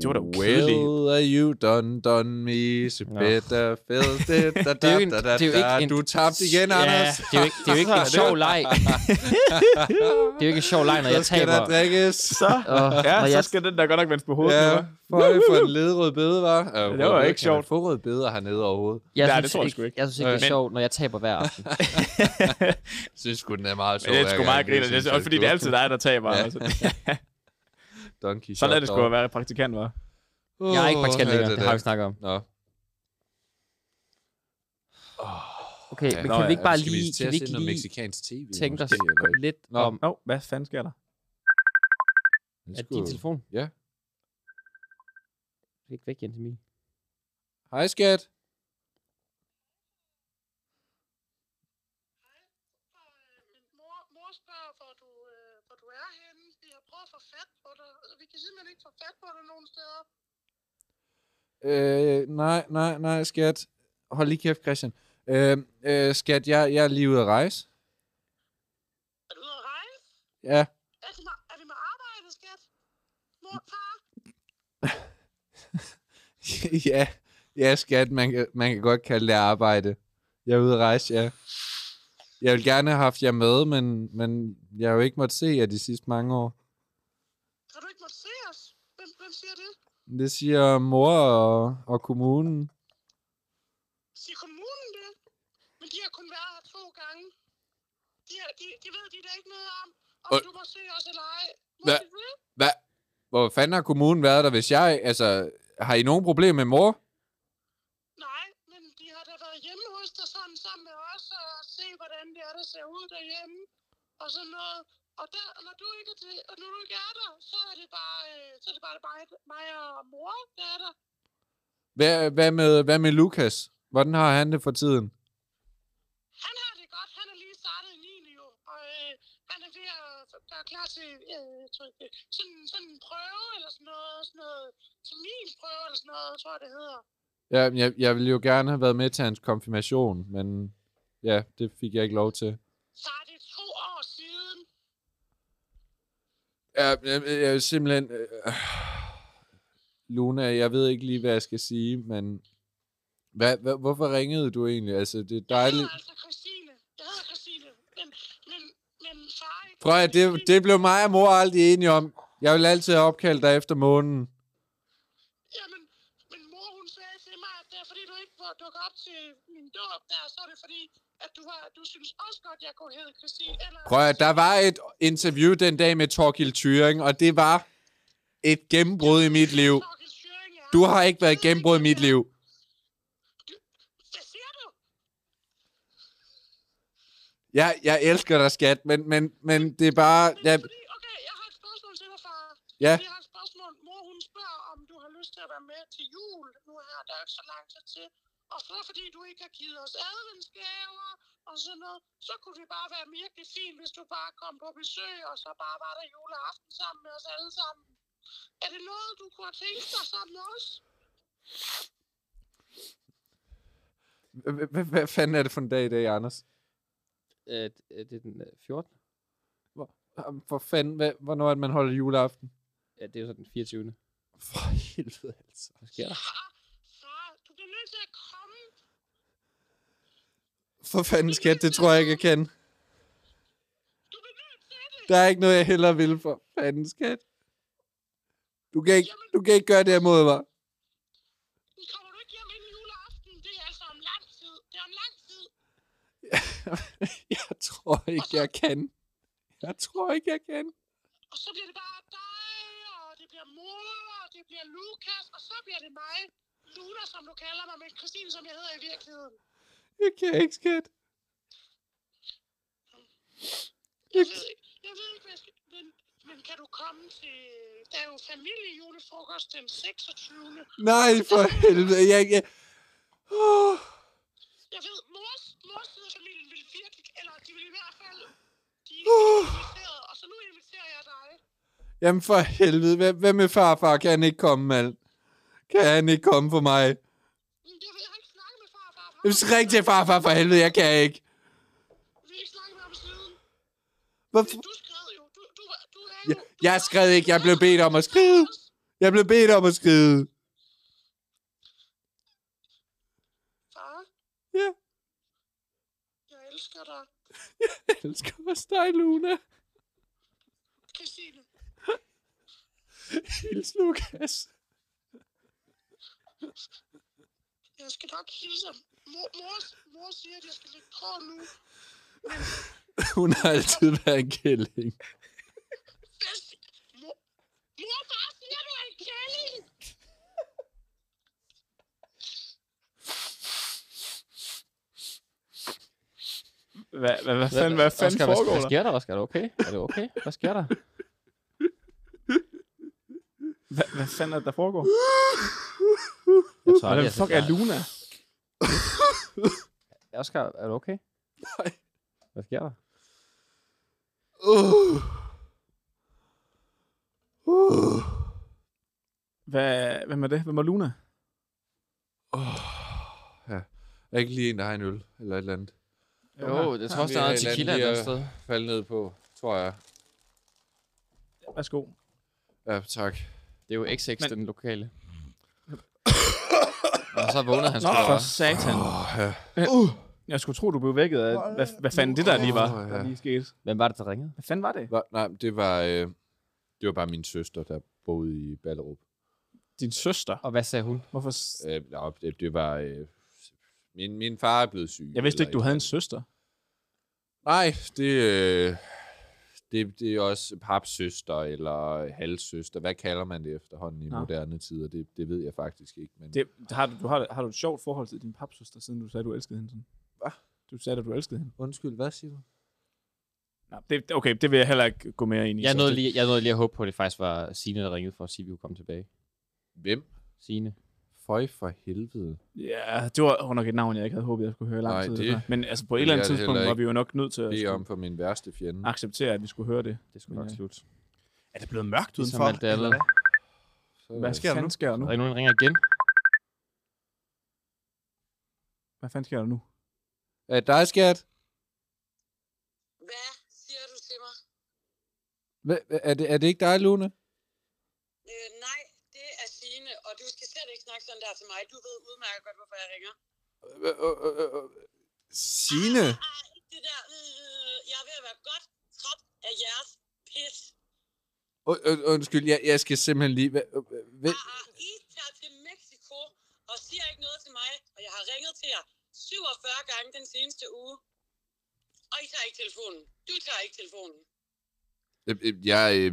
Speaker 10: Det var da kedeligt.
Speaker 4: Well, are you done, done me, so
Speaker 8: Nå.
Speaker 4: better feel it, da, da,
Speaker 8: Det er jo en-
Speaker 4: da, da,
Speaker 8: det er jo
Speaker 4: da.
Speaker 8: ikke en-
Speaker 4: Du tabte igen,
Speaker 8: Ja,
Speaker 4: Anders.
Speaker 8: det er jo ikke- det er jo ikke en sjov leg. Det er jo ikke en sjov leg, når
Speaker 4: Så
Speaker 8: jeg
Speaker 4: skal
Speaker 8: taber.
Speaker 4: der drikkes.
Speaker 10: Så,
Speaker 8: Åh,
Speaker 10: ja,
Speaker 8: når
Speaker 10: så
Speaker 8: jeg-
Speaker 10: skal den der godt nok vendes på hovedet.
Speaker 4: Ja,
Speaker 10: nu, hva'?
Speaker 4: for det for en ledrød bede, var.
Speaker 10: Det var ikke sjovt.
Speaker 4: Få rød bede hernede overhovedet.
Speaker 8: Jeg synes ikke. Jeg synes ikke, det er
Speaker 4: Men-
Speaker 8: sjovt, når jeg taber hver aften.
Speaker 4: synes sgu, den er meget sjov.
Speaker 10: Men det er
Speaker 4: hver
Speaker 10: sgu
Speaker 4: gang.
Speaker 10: meget griner.
Speaker 4: synes
Speaker 10: Det er
Speaker 4: jeg
Speaker 10: også fordi,
Speaker 4: sgu.
Speaker 10: det er altid dig, der taber.
Speaker 4: Ja.
Speaker 10: Altså.
Speaker 4: Donkey
Speaker 10: Sådan er det sgu
Speaker 4: dog.
Speaker 10: at være praktikant, var.
Speaker 8: Jeg er ikke praktikant
Speaker 4: Åh,
Speaker 8: længere,
Speaker 4: er
Speaker 8: det har vi snakket om.
Speaker 4: Nå.
Speaker 8: Okay,
Speaker 4: Ja.
Speaker 8: men
Speaker 4: Nå,
Speaker 8: kan vi
Speaker 4: ja,
Speaker 8: ikke bare
Speaker 4: skal vi
Speaker 8: lige,
Speaker 4: til
Speaker 8: kan
Speaker 4: at
Speaker 8: vi
Speaker 4: se
Speaker 8: ikke
Speaker 4: noget
Speaker 8: lige
Speaker 4: mexicansk TV
Speaker 8: tænke os
Speaker 4: måske, eller-
Speaker 8: lidt
Speaker 4: Nå.
Speaker 8: om,
Speaker 10: Nå, hvad fanden sker der?
Speaker 4: Det
Speaker 8: at
Speaker 4: sgu-
Speaker 8: din telefon
Speaker 4: Ja.
Speaker 8: er ikke væk igen til min.
Speaker 4: Hej, skat.
Speaker 12: Mor spørger, hvor du, øh, hvor du er henne. Vi har prøvet at få fat på dig. Altså, Vi kan simpelthen ikke få fat på dig nogen steder.
Speaker 4: Øh, nej, nej, nej, skat. Hold lige kæft, Christian. Øh, øh, skat, jeg, jeg er lige ude at rejse.
Speaker 12: Er du ude at rejse?
Speaker 4: Ja.
Speaker 12: Er vi med, er vi med arbejde, skat? Mor, far,
Speaker 4: ja, ja, skat, man, kan- man kan godt kalde det arbejde. Jeg er ude at rejse, ja. Jeg ville gerne have haft jer med, men, men jeg har jo ikke måttet se jer de sidste mange år.
Speaker 12: kan du ikke måtte se os? Hvem, hvem siger det?
Speaker 4: Det siger mor og, og kommunen.
Speaker 12: Siger kommunen det? Men de har kun været her to gange. De, har, de, de ved de da ikke noget om, om
Speaker 4: Og-
Speaker 12: du må se os eller ej. Må
Speaker 4: Hva-
Speaker 12: de det?
Speaker 4: Hvad? Hvor fanden har kommunen været der, hvis jeg... Altså, har I nogen problemer med mor?
Speaker 12: Nej, men de har da været hjemme hos dig sådan sammen med os og se, hvordan det er, der ser ud derhjemme og sådan noget. Og der, og når du ikke er, til, og når du ikke er der, så er det bare, øh, så er det bare mig, mig og mor, der er der.
Speaker 4: Hvad, hvad, med, hvad med Lukas? Hvordan har han det for tiden?
Speaker 12: Han har det godt, han er lige startet i 9. jo, og øh, han er ved at gøre klar til øh, tror jeg, sådan, sådan en prøve eller sådan noget, sådan noget, til min prøve eller sådan noget, tror jeg det hedder.
Speaker 4: Ja, jeg, jeg ville jo gerne have været med til hans konfirmation, men ja, det fik jeg ikke lov til.
Speaker 12: Så er det to år siden,
Speaker 4: Ja, jeg, jeg er simpelthen... Øh, øh. Luna, jeg ved ikke lige, hvad jeg skal sige, men... Hvad, hvad, hvorfor ringede du egentlig? Altså, det er dejligt...
Speaker 12: Jeg hedder altså Christine. Jeg hedder Christine. Men, men, men far ikke.
Speaker 4: Prøv at det, det blev mig og mor aldrig enige om. Jeg vil altid have opkaldt dig efter månen.
Speaker 12: Jamen, men mor hun sagde til mig, at det er fordi du ikke var dukket op til min dåb der, så er det fordi, at du, var, du synes også godt, jeg kunne hedde Christine. Eller
Speaker 4: Prøv at der var et interview den dag med Torkil Thyring, og det var et gennembrud i mit liv. Du har ikke været et gennembrud i mit liv.
Speaker 12: Hvad siger du?
Speaker 4: Jeg, jeg elsker dig, skat, men, men, men det er bare... Jeg,
Speaker 12: Fordi, okay, jeg har et spørgsmål til dig, far.
Speaker 4: Ah, Ja.
Speaker 12: Jeg har et spørgsmål. Mor, hun spørger, om du har lyst til at være med til jul. Nu her, der er jo ikke så lang tid til. Og så fordi du ikke har givet os adventsgaver og sådan noget, så kunne det bare være virkelig fint, hvis du bare kom på besøg, og så bare var der juleaften sammen med os alle sammen. Er det noget, du kunne have tænkt dig sammen med os?
Speaker 4: Hvad- hvad- Hvad fanden er det for en dag i dag, Anders?
Speaker 8: Øh, det er den øh, 14.
Speaker 4: Jamen, For fanden, hvad, hvornår er det, man holder juleaften?
Speaker 8: Ja, det er jo så den 24.
Speaker 4: For helvede, altså.
Speaker 8: Hvad sker der?
Speaker 12: Far, far, du bliver nødt til at komme.
Speaker 4: For fanden, skat, det tror jeg ikke, jeg kan.
Speaker 12: Du bliver nødt til det.
Speaker 4: Der er ikke noget, jeg hellere vil for fanden, skat. Du kan ikke, du kan ikke gøre det her mod mig.
Speaker 12: Kommer du ikke hjem inden juleaften? Det er altså om lang tid. Det er om lang tid.
Speaker 4: Jeg tror ikke, jeg kan. Jeg tror ikke, jeg kan.
Speaker 12: Og så bliver det bare dig, og det bliver mor, og det bliver Lukas, og så bliver det mig. Luna, som du kalder mig, men Christine, som jeg hedder i virkeligheden.
Speaker 4: Jeg kan ikke, skat.
Speaker 12: Jeg ved ikke, jeg ved ikke hvad jeg skal... Men kan du komme til... Der er jo familiejulefrokost den 26.
Speaker 13: Nej, for helvede. Jeg, jeg,
Speaker 12: Oh. Jeg ved, mors, mors side af familien vil virkelig... Eller de vil i hvert fald... De er
Speaker 13: Uh.
Speaker 12: inviteret, og så nu inviterer jeg dig.
Speaker 13: jamen for helvede. Hvad, hvad med farfar? Kan han ikke komme, mand? Kan han ikke komme for mig? Jeg vil ikke snakke med farfar. Ring til farfar for helvede. Jeg kan ikke. Vi har ikke snakket med ham siden. Hvorfor?
Speaker 12: Jeg,
Speaker 13: jeg skrev ikke. Jeg blev bedt om at skrive. Jeg blev bedt om at skrive.
Speaker 12: Far?
Speaker 13: Ja.
Speaker 12: Jeg elsker dig,
Speaker 13: Jeg elsker også dig, Luna.
Speaker 12: Christine.
Speaker 13: Hils, Lukas.
Speaker 12: Jeg skal nok hilse ham. Mor, mor, mor siger, at jeg skal lægge på nu.
Speaker 4: Hun har altid været en kælling.
Speaker 12: Mor, mor far siger, du er en kælling.
Speaker 10: Hvad, hvad, hvad fanden, hvad fanden
Speaker 8: Oscar,
Speaker 10: foregår
Speaker 8: hvad, hvad
Speaker 10: der?
Speaker 8: sker der, Oscar? Er det okay? Er det okay? Hvad sker der?
Speaker 10: Hvad, hvad fanden er det, der foregår?
Speaker 8: Jeg
Speaker 10: Hvad
Speaker 8: aldrig,
Speaker 10: den
Speaker 8: jeg
Speaker 10: fuck er
Speaker 8: synes, der
Speaker 10: Luna?
Speaker 8: Oscar, er du okay?
Speaker 13: Nej.
Speaker 8: Hvad sker der?
Speaker 13: Uh. Uh.
Speaker 10: Hvad, hvem er det? Hvem er Luna?
Speaker 4: Ja. Er ikke lige en, der har en øl eller et eller andet?
Speaker 8: Jo, Jo, jeg tror også,
Speaker 4: Vi
Speaker 8: der
Speaker 4: har
Speaker 8: er noget
Speaker 4: et eller andet
Speaker 8: tequila et
Speaker 4: lige
Speaker 8: eller andet
Speaker 4: at
Speaker 8: sted.
Speaker 4: Falde ned på, tror jeg.
Speaker 10: Værsgo.
Speaker 4: Ja, tak.
Speaker 8: Det er jo XX, Men... den lokale. Og så vågnede han sgu da
Speaker 10: for
Speaker 8: bare.
Speaker 10: satan.
Speaker 4: ja.
Speaker 10: Uh. Jeg skulle tro, du blev vækket af... Hvad, hvad fanden det der lige var,
Speaker 4: Åh, ja.
Speaker 10: der lige skete?
Speaker 8: Hvem var det, der ringede?
Speaker 10: Hvad fanden var det?
Speaker 4: Hva? Nej, men det var, øh, det var bare min søster, der boede i Ballerup.
Speaker 10: Din søster?
Speaker 8: Og hvad sagde hun?
Speaker 10: Hvorfor?
Speaker 4: Øh, nå, det, det var... Øh, min, min far er blevet syg.
Speaker 10: Jeg vidste
Speaker 4: eller
Speaker 10: ikke, du
Speaker 4: et
Speaker 10: havde en søster.
Speaker 4: Nej, det, øh, det, det er også papsøster eller halvsøster. Hvad kalder man det efterhånden i
Speaker 10: Nå.
Speaker 4: moderne tider? Det, det ved jeg faktisk ikke. Men
Speaker 10: Det, har, du, du har, har du et sjovt forhold til din papsøster, siden du sagde, du elskede hende? Sådan?
Speaker 4: Hvad?
Speaker 10: Du sagde, at du elskede hende.
Speaker 4: Undskyld, hvad siger du?
Speaker 10: Nej, det, okay, det vil jeg heller ikke gå mere ind i.
Speaker 8: Jeg
Speaker 10: så
Speaker 8: nåede,
Speaker 10: det-
Speaker 8: lige, jeg nåede lige at håbe på, at det faktisk var Signe, der ringede for at sige, at vi kunne komme tilbage.
Speaker 4: Hvem?
Speaker 8: Signe.
Speaker 4: Føj for helvede.
Speaker 10: Ja, det var nok et navn, jeg ikke havde håbet, jeg skulle høre i lang
Speaker 4: Nej,
Speaker 10: tid.
Speaker 4: det-
Speaker 10: Det, men altså på et
Speaker 4: det
Speaker 10: eller andet
Speaker 4: er det
Speaker 10: tidspunkt
Speaker 4: heller
Speaker 10: var vi
Speaker 4: ikke.
Speaker 10: jo nok nødt til at
Speaker 4: Bede om
Speaker 10: skulle
Speaker 4: for min værste fjende.
Speaker 10: acceptere, at vi skulle høre det. øh,
Speaker 8: Det skulle nok
Speaker 10: slutte. Er det blevet mørkt
Speaker 8: Ligesom
Speaker 10: udenfor?
Speaker 8: alt det andet.
Speaker 10: eller hvad?
Speaker 4: Så- øh,
Speaker 8: Øh,
Speaker 10: Hvad sker der nu? Sker der nu?
Speaker 8: Er der nogen, der ringer igen?
Speaker 10: Hvad fanden sker der nu?
Speaker 4: Er det dig, skat?
Speaker 12: Hvad siger du til mig?
Speaker 4: Hva, er, det, er det ikke dig, Lune?
Speaker 12: Øh, nej, det er Signe, og du skal slet ikke snakke sådan der til mig. Du ved udmærket godt, hvorfor jeg ringer.
Speaker 4: Øh, øh, øh, øh, Signe?
Speaker 12: Det der, øh, jeg er ved at være godt træt af jeres pis.
Speaker 4: Und- und- Undskyld, jeg, jeg skal simpelthen lige... hva- øh, øh, hvem-
Speaker 12: I tager til Mexico og siger ikke noget til mig, og jeg har ringet til jer 47 gange den seneste uge. Og I tager ikke telefonen. Du tager ikke telefonen.
Speaker 4: Øh, øh, Jeg, øh,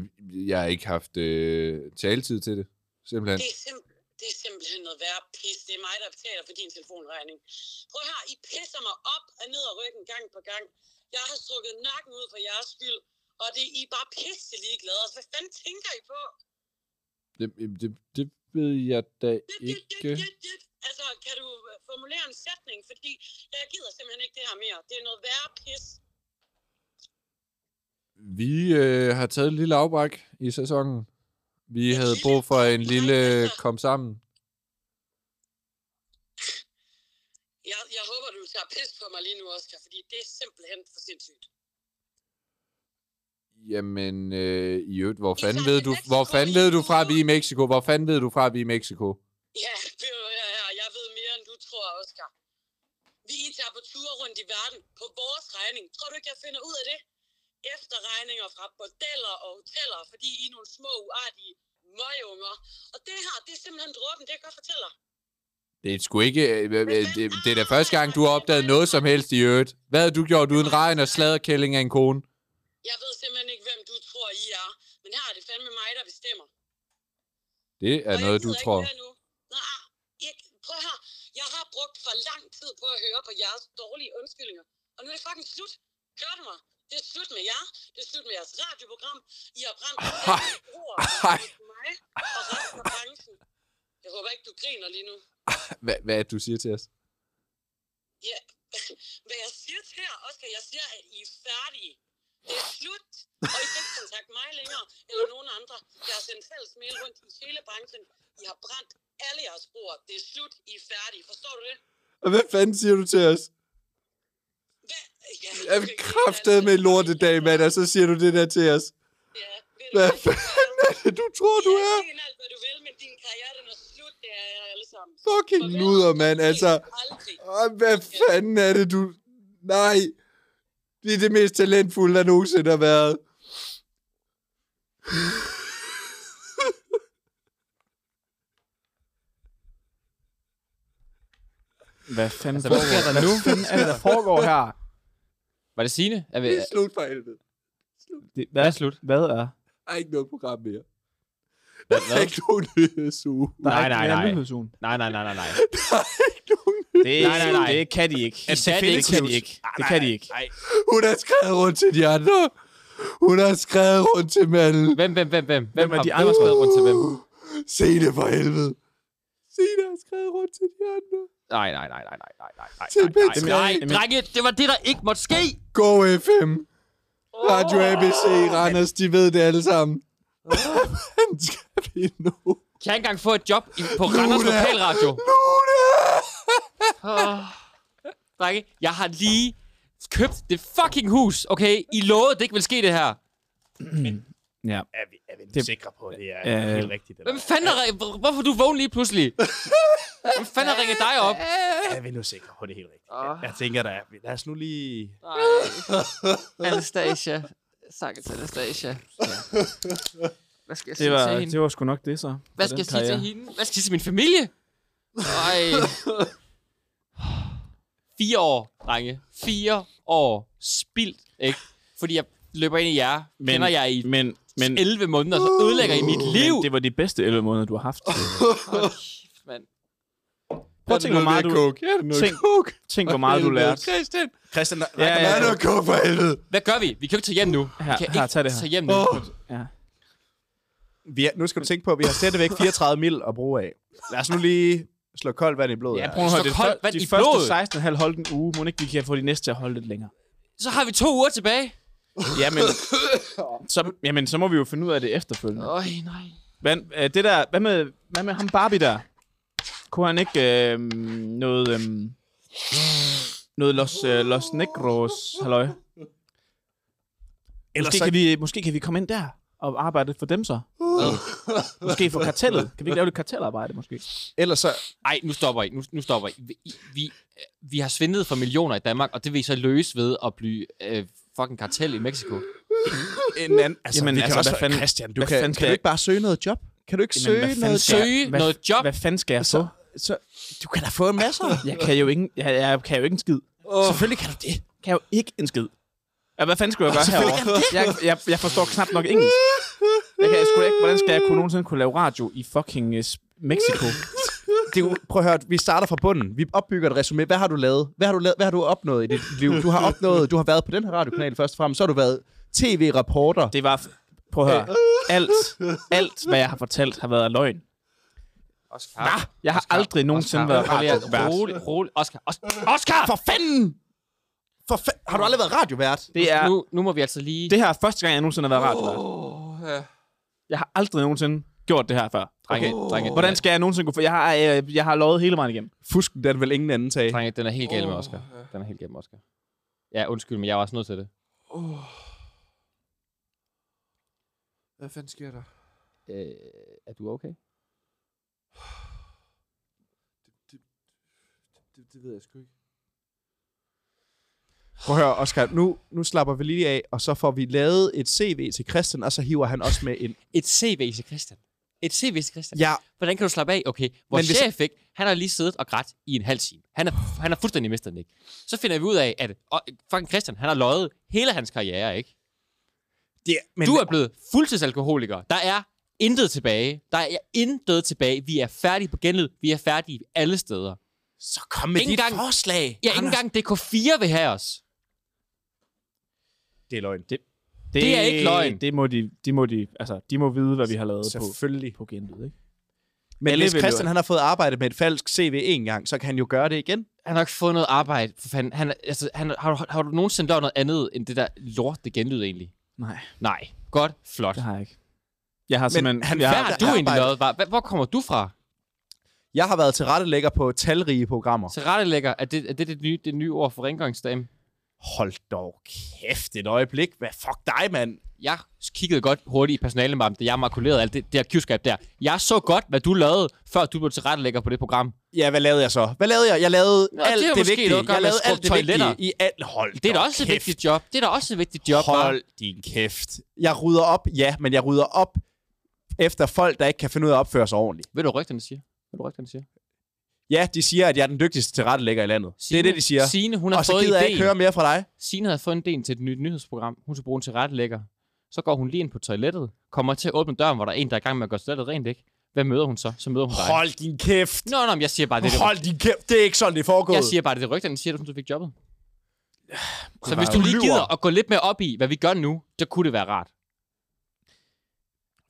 Speaker 4: jeg har ikke haft øh, taletid til det, simpelthen.
Speaker 12: Det er, simp- det er simpelthen noget værre pis. Det er mig, der betaler for din telefonregning. Prøv her, I pisser mig op og ned ad ryggen gang på gang. Jeg har strukket nakken ud for jeres skyld, og det I er bare pisse ligeglade. Altså, hvad fanden tænker I på?
Speaker 4: Det, øh, det, det ved jeg da ikke.
Speaker 12: Altså, kan du øh, formulere en sætning? Fordi jeg gider simpelthen ikke det her mere. Det er noget værre pis.
Speaker 4: Vi øh, har taget en lille afbræk i sæsonen. Vi havde brug for en lille kom sammen.
Speaker 12: Jeg, jeg håber, du tager pis på mig lige nu, Oscar, fordi det er simpelthen for sindssygt.
Speaker 4: Jamen, øh, i øvrigt, hvor fanden ved du, hvor fanden ved du fra, at vi er i Mexico? Hvor fanden ved du fra, at vi er i Mexico?
Speaker 12: Ja, ved du hvad, her, jeg ved mere, end du tror, Oscar. Vi tager på ture rundt i verden på vores regning. Tror du ikke, jeg finder ud af det? Efter regninger fra bordeller og hoteller, fordi I er nogle små, uartige møgunger. Og det her, det er simpelthen dråben, det kan jeg godt fortælle dig.
Speaker 4: Det er sgu ikke... Øh, øh, øh, det, det er da første gang, du har opdaget noget som helst i øvrigt. Hvad havde du gjort uden regn og sladderkælling af en kone?
Speaker 12: Jeg ved simpelthen ikke, hvem du tror, I er. Men her er det fandme mig, der bestemmer.
Speaker 4: Det er noget, du
Speaker 12: gider ikke
Speaker 4: tror.
Speaker 12: høre nu. Nej, ikke. Prøv her. Jeg har brugt for lang tid på at høre på jeres dårlige undskyldninger. Og nu er det fucking slut. Hør du mig? Det er slut med jer. Det er slut med jeres radioprogram. I har brændt
Speaker 4: Ej.
Speaker 12: ord
Speaker 4: Ej.
Speaker 12: hos mig og resten af branchen. Jeg håber ikke, du griner lige nu.
Speaker 4: Hvad, hvad er det, du siger til os?
Speaker 12: Ja, hvad jeg siger til jer, Oscar, jeg siger, at I er færdige. Det er slut, og I kan ikke kontakte mig længere, eller nogen andre. Jeg har sendt fælles mail rundt i hele branchen. I har brændt alle jeres ord. Det er slut, I er færdige. Forstår du det?
Speaker 4: Og hvad fanden siger du til os? Jeg er kraftet med lortedag, mand, og så siger du det der til os. Hvad fanden er det, du tror, du er? Fucking luder, mand, altså. Åh, Hvad fanden er det, du... Nej. Det er det mest talentfulde, der nogensinde har været.
Speaker 10: Hvad fanden
Speaker 8: Altså, hvad sker der nu?
Speaker 10: Hvad fanden er det, der foregår her?
Speaker 8: Var det Signe? Er vi,
Speaker 4: Det er slut for helvede.
Speaker 10: Det, hvad,
Speaker 8: er slut?
Speaker 10: Hvad er?
Speaker 4: Der er ikke noget program mere. Der er ikke nogen nyhedsuge.
Speaker 8: Nej, nej,
Speaker 10: mere
Speaker 8: nej.
Speaker 10: nyhedsugen.
Speaker 8: Nej, nej, nej, nej, nej.
Speaker 10: Det,
Speaker 8: Nej, nej, nej.
Speaker 10: det kan de ikke.
Speaker 8: Det kan de ikke.
Speaker 10: Definitivt. Det kan de ikke.
Speaker 8: Nej,
Speaker 4: Hun har skrevet rundt til de andre. Hun har skrevet rundt til Malle.
Speaker 8: Hvem, hvem, hvem, hvem? Hvem
Speaker 10: er
Speaker 8: har-
Speaker 10: de
Speaker 8: hvem har
Speaker 10: andre?
Speaker 8: skrevet rundt til hvem?
Speaker 4: Se det for helvede. Se det har skrevet rundt til de andre.
Speaker 8: Nej, nej, nej, nej, nej, nej, nej, nej,
Speaker 4: Til
Speaker 8: nej,
Speaker 4: Bent.
Speaker 8: nej,
Speaker 4: Emil.
Speaker 8: nej, drenge, det var det, der ikke måtte ske.
Speaker 4: Go FM. Radio ABC i Randers, de ved det alle sammen. Hvordan skal vi nu?
Speaker 8: Kan jeg ikke engang få et job i, på Randers
Speaker 4: Luna!
Speaker 8: Lokalradio? Åh, Drenge, jeg har lige købt det fucking hus, okay? I lovede, det ikke ville ske det her.
Speaker 10: Ja.
Speaker 14: Er vi, er vi det, sikre på, at det er
Speaker 10: Ja.
Speaker 14: helt rigtigt? Eller?
Speaker 8: Hvem fanden har ringet? Hvorfor er du vågen lige pludselig? Hvem fanden har ringet dig op?
Speaker 14: Er vi nu sikre på det er helt rigtigt? Jeg,
Speaker 15: Ah.
Speaker 14: jeg tænker, der er, vi. lad os nu lige...
Speaker 8: Anastasia. Sakke til Anastasia. Hvad skal jeg
Speaker 10: Det var, det var sgu nok det, så.
Speaker 8: Hvad skal jeg sige til hende? Hvad skal jeg sige til min familie? Ej. Fire år, drenge. Fire år spildt, ikke? Fordi jeg løber ind i jer, men, kender jer i
Speaker 10: men, men,
Speaker 8: 11 måneder, så ødelægger I mit liv.
Speaker 10: Men det var de bedste 11 måneder, du har haft.
Speaker 8: Hold kæft, mand.
Speaker 10: Prøv at tænke, hvor meget du... tænk, tænk, hvor meget du lærte.
Speaker 4: Christian.
Speaker 14: Christian, der,
Speaker 10: Ja, ja, ja.
Speaker 4: coke for helvede.
Speaker 8: Hvad gør vi? Vi kan jo ikke tage hjem nu.
Speaker 10: Her,
Speaker 8: vi kan
Speaker 10: her,
Speaker 8: ikke
Speaker 10: tag det her.
Speaker 8: tage hjem nu.
Speaker 10: Åh. Ja.
Speaker 15: Vi er, nu skal du tænke på, at vi har stadigvæk 34 mil at bruge af. Lad os nu lige slå koldt vand i blodet.
Speaker 10: Ja,
Speaker 15: her.
Speaker 10: prøv at høre, det
Speaker 8: koldt
Speaker 10: før,
Speaker 8: vand
Speaker 10: de
Speaker 8: i
Speaker 10: første 16,5 holdt en uge. Må ikke vi kan få de næste til at holde lidt længere?
Speaker 8: Så har vi to uger tilbage.
Speaker 10: Jamen, så, jamen, så må vi jo finde ud af det efterfølgende.
Speaker 8: Øj, nej.
Speaker 10: Hvad, øh, det der, hvad, med, hvad med ham Barbie der? Kunne han ikke øh, noget... Øh, noget Los, øh, Los Negros, halløj?
Speaker 14: Ellers
Speaker 10: Måske,
Speaker 14: så-
Speaker 10: kan vi, måske kan vi komme ind der og arbejde for dem så. Måske for kartellet. Kan vi ikke lave lidt kartelarbejde, måske?
Speaker 15: Ellers så...
Speaker 8: Ej, nu stopper I. Nu, nu stopper I. Vi, I- vi, vi har svindlet for millioner i Danmark, og det vil I så løse ved at blive øh, fucking kartel i Mexico.
Speaker 15: En anden, altså,
Speaker 10: Jamen,
Speaker 15: Jamen, vi kan altså,
Speaker 10: altså,
Speaker 15: også,
Speaker 10: hvad fanden-
Speaker 15: Christian, du
Speaker 10: hvad
Speaker 15: kan,
Speaker 10: fanden
Speaker 15: kan,
Speaker 10: skal
Speaker 15: du
Speaker 10: jeg-
Speaker 15: ikke bare søge noget job? Kan du ikke
Speaker 10: Jamen, hvad
Speaker 15: søge
Speaker 10: fanden
Speaker 15: noget
Speaker 10: skal jeg-
Speaker 15: job?
Speaker 10: hvad-
Speaker 8: noget job?
Speaker 10: Hvad fanden skal jeg få?
Speaker 15: Så, du kan da få en masse.
Speaker 10: Jeg kan jo ikke, jeg, jeg kan jo ikke en skid.
Speaker 15: oh. Selvfølgelig kan du det.
Speaker 10: Kan jeg jo ikke en skid. Ja, hvad fanden skulle jeg gøre herovre? Jeg, jeg, jeg forstår knap nok engelsk. Jeg kan, jeg skulle ikke, hvordan skal jeg kunne nogensinde kunne lave radio i fucking uh, Mexico?
Speaker 15: det er jo, prøv at høre, vi starter fra bunden. Vi opbygger et resume. Hvad har du lavet? Hvad har du, lavet? Hvad har du opnået i dit liv? Du har opnået, du har været på den her radiokanal først og fremmest, så har du været tv-reporter.
Speaker 10: Det var... Prøv at høre.
Speaker 15: Øh.
Speaker 10: Alt, alt, hvad jeg har fortalt, har været løgn.
Speaker 8: Oscar.
Speaker 10: Jeg har aldrig nogensinde været
Speaker 8: Prøv lige at-
Speaker 10: radiovært.
Speaker 8: rolig, rolig. Oscar, Oscar, Oscar!
Speaker 15: For fanden! For fa- har du aldrig været radiovært?
Speaker 10: Det er,
Speaker 8: Nu, nu må vi altså lige...
Speaker 10: det her er første gang, jeg nogensinde har været radiovært. Jeg har aldrig nogensinde gjort det her før.
Speaker 8: Drenge, drenge,
Speaker 10: Hvordan skal jeg nogensinde kunne få... Jeg har, øh, jeg har lovet hele vejen igennem.
Speaker 15: Fusken, den vil ingen anden tage.
Speaker 8: drenge, den er helt gal med Oscar. Den er helt gal med Oscar. Ja, undskyld, men jeg var også nødt til det.
Speaker 16: Hvad fanden sker der?
Speaker 8: Øh, er du okay?
Speaker 16: Det, det ved jeg sgu ikke.
Speaker 15: Prøv at høre, Oscar, nu, nu slapper vi lige af, og så får vi lavet et CV til Christian, og så hiver han også med ind.
Speaker 8: Et CV til Christian. Et CV til Christian.
Speaker 15: Ja,
Speaker 8: Hvordan kan du slappe af? Okay, vores
Speaker 15: Men hvis-
Speaker 8: chef, ikke? han har lige siddet og grædt i en halv time. Han er, han er fuldstændig mistet den, ikke? Så finder vi ud af, at og, fucking Christian, han har løjet hele hans karriere, ikke?
Speaker 15: det, men,
Speaker 8: du er blevet fuldtidsalkoholiker. Der er intet tilbage. Der er intet tilbage. Vi er færdige på genlyd. Vi er færdige alle steder.
Speaker 15: Så kom med
Speaker 8: Ikke
Speaker 15: dit
Speaker 8: engang-
Speaker 15: forslag.
Speaker 8: Ja, ikke engang DK4 vil have os.
Speaker 4: Det er løgn.
Speaker 10: Det,
Speaker 8: Det er ikke løgn.
Speaker 10: Det må de, de, må de, altså, de må vide, hvad vi har lavet
Speaker 4: Selvfølgelig.
Speaker 10: på, på genlyd, ikke?
Speaker 4: Men
Speaker 10: Alle
Speaker 4: Alle hvis
Speaker 10: vil jo-
Speaker 4: Christian han har fået arbejde med et falsk CV en gang, så kan han jo gøre det igen.
Speaker 8: Han har ikke fået noget arbejde. For fanden. Han, er- altså, han, har, har, har du nogensinde lavet noget andet end det der lort, det genlyd egentlig?
Speaker 10: Nej.
Speaker 8: Nej. Godt. Flot. Det
Speaker 10: har jeg ikke. Jeg har
Speaker 4: Men
Speaker 10: simpelthen...
Speaker 4: han
Speaker 8: Hvad
Speaker 10: jeg
Speaker 4: færdig-
Speaker 8: har du egentlig
Speaker 4: arbejde.
Speaker 8: lavet? Hvor, hvor kommer du fra?
Speaker 4: Jeg har været tilrettelægger på talrige programmer.
Speaker 8: Så rettelægger, er det er det, det, nye, det nye ord for rengøringsdame?
Speaker 4: Hold dog kæft et øjeblik. Hvad fuck dig, mand?
Speaker 8: Jeg kiggede godt hurtigt i personalemappen, da jeg markulerede alt det, det her kyskab der. Jeg så godt, hvad du lavede, før du blev tilrettelægger på det program.
Speaker 4: Ja, hvad lavede jeg så? Hvad lavede jeg? Jeg lavede
Speaker 8: Nå,
Speaker 4: alt
Speaker 8: det er
Speaker 4: det,
Speaker 8: måske
Speaker 4: vigtige.
Speaker 8: noget at gøre
Speaker 4: jeg
Speaker 8: med
Speaker 4: lavede
Speaker 8: at
Speaker 4: alt det
Speaker 8: skrubbe toiletter.
Speaker 4: vigtige i alt. Hold
Speaker 8: Det er da
Speaker 4: dog
Speaker 8: også et
Speaker 4: kæft.
Speaker 8: vigtigt job. Det er da også et vigtigt job, hva'?
Speaker 4: Hold din kæft. Jeg rydder op, ja, men jeg rydder op efter folk, der ikke kan finde ud af at opføre sig ordentligt.
Speaker 8: Ved du, hvad rygterne siger? Ved du, hvad rygterne siger?
Speaker 4: Ja, de siger, at jeg er den dygtigste tilrettelægger i landet. Signe, det er det, de siger.
Speaker 8: Signe, hun har
Speaker 4: Og så
Speaker 8: fået
Speaker 4: gider jeg
Speaker 8: idéen.
Speaker 4: ikke høre mere fra dig.
Speaker 8: Signe havde fået en idé til et nyt nyhedsprogram. Hun skulle bruge en tilrettelægger. Så går hun lige ind på toilettet, kommer til at åbne døren, hvor der er en, der er i gang med at gøre toilettet rent, ikke? Hvad møder hun så? Så møder hun dig.
Speaker 4: Hold din kæft.
Speaker 8: Nå, nå, men jeg siger bare, det er det-
Speaker 4: Hold din kæft. Det er ikke sådan, det er foregået.
Speaker 8: Jeg siger bare, det er rygterne, der siger, at hun så fik jobbet. Så
Speaker 4: det
Speaker 8: hvis
Speaker 4: var
Speaker 8: du
Speaker 4: jo-
Speaker 8: lige
Speaker 4: lyver.
Speaker 8: gider at gå lidt mere op i, hvad vi gør nu, så kunne det være rart.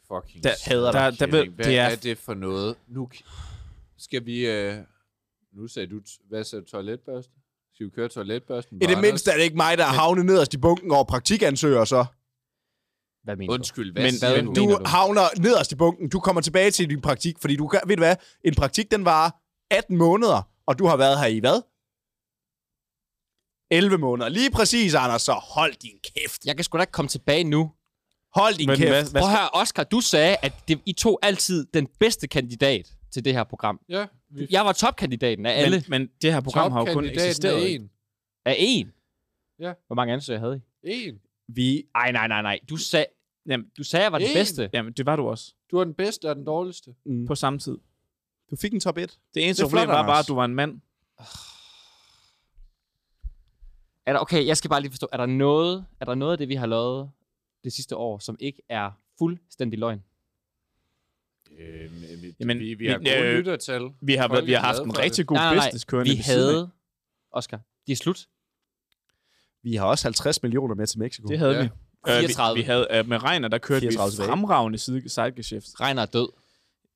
Speaker 6: Fucking
Speaker 10: Der-
Speaker 6: hader
Speaker 10: der-
Speaker 6: dig,
Speaker 10: der ved-
Speaker 6: Kjellin. Hvad
Speaker 10: det
Speaker 6: det
Speaker 10: er-
Speaker 6: er... er det for noget? Nu k- skal vi... Øh... Nu sagde du... t- Hvad sagde du? Toiletbørste? Skal vi køre toiletbørsten?
Speaker 4: I det mindste er det ikke mig, der er havnet nederst i bunken over praktikansøgere, så.
Speaker 8: Hvad mener
Speaker 6: Undskyld, hvad
Speaker 10: Men-
Speaker 6: sagde
Speaker 10: men
Speaker 6: du?
Speaker 4: Du
Speaker 6: du?
Speaker 4: havner nederst i bunken. Du kommer tilbage til din praktik, fordi du kan, ved du hvad, en praktik, den varer 18 måneder, og du har været her i hvad? 11 måneder. Lige præcis, Anders, så hold din kæft.
Speaker 8: Jeg kan sgu da ikke komme tilbage nu.
Speaker 4: Hold din
Speaker 10: Men
Speaker 4: kæft.
Speaker 10: hvad- hvad-
Speaker 8: Prøv at høre, Oscar, du sagde, at det, I tog altid den bedste kandidat til det her program.
Speaker 6: Ja, vi
Speaker 8: Jeg var topkandidaten af alle.
Speaker 10: Men, men det her program har jo kun
Speaker 6: Topkandidaten er
Speaker 10: eksisteret i
Speaker 6: en.
Speaker 8: Af en.
Speaker 6: Ja.
Speaker 8: Hvor mange ansøgere havde I?
Speaker 6: En.
Speaker 4: Vi...
Speaker 8: Ej, nej, nej, nej. Du sagde,
Speaker 10: Jamen,
Speaker 8: du sagde jeg var den
Speaker 6: En.
Speaker 8: bedste.
Speaker 10: Jamen, det var du også.
Speaker 6: Du er den bedste og den dårligste.
Speaker 4: Mm.
Speaker 10: På samme tid.
Speaker 4: Du fik en top 1.
Speaker 10: Det eneste
Speaker 4: Det er
Speaker 10: problem
Speaker 4: flot,
Speaker 10: var bare,
Speaker 4: Anders.
Speaker 10: at du var en mand.
Speaker 8: Er der, okay, jeg skal bare lige forstå. Er der, noget, er der noget af det, vi har lavet det sidste år, som ikke er fuldstændig løgn?
Speaker 6: Øhm,
Speaker 10: Jamen,
Speaker 6: Jamen, vi, vi har
Speaker 10: vi-
Speaker 6: gode
Speaker 10: øh,
Speaker 6: lyttertal.
Speaker 10: Vi har,
Speaker 6: Folk
Speaker 10: vi har
Speaker 6: er
Speaker 10: haft
Speaker 6: glade
Speaker 10: en
Speaker 6: for det.
Speaker 10: rigtig god business kørende
Speaker 8: Vi
Speaker 10: ved siden af. Øh,
Speaker 8: havde... Oscar, det er slut.
Speaker 4: Vi har også 50 millioner med til Mexico.
Speaker 10: Det havde
Speaker 6: Ja.
Speaker 10: vi. Øh, vi.
Speaker 8: 34.
Speaker 10: Vi havde øh, med Reiner, der kørte
Speaker 4: 34
Speaker 10: vi
Speaker 4: tilbage.
Speaker 10: fremragende side- sidegeschæft.
Speaker 8: Regner er død.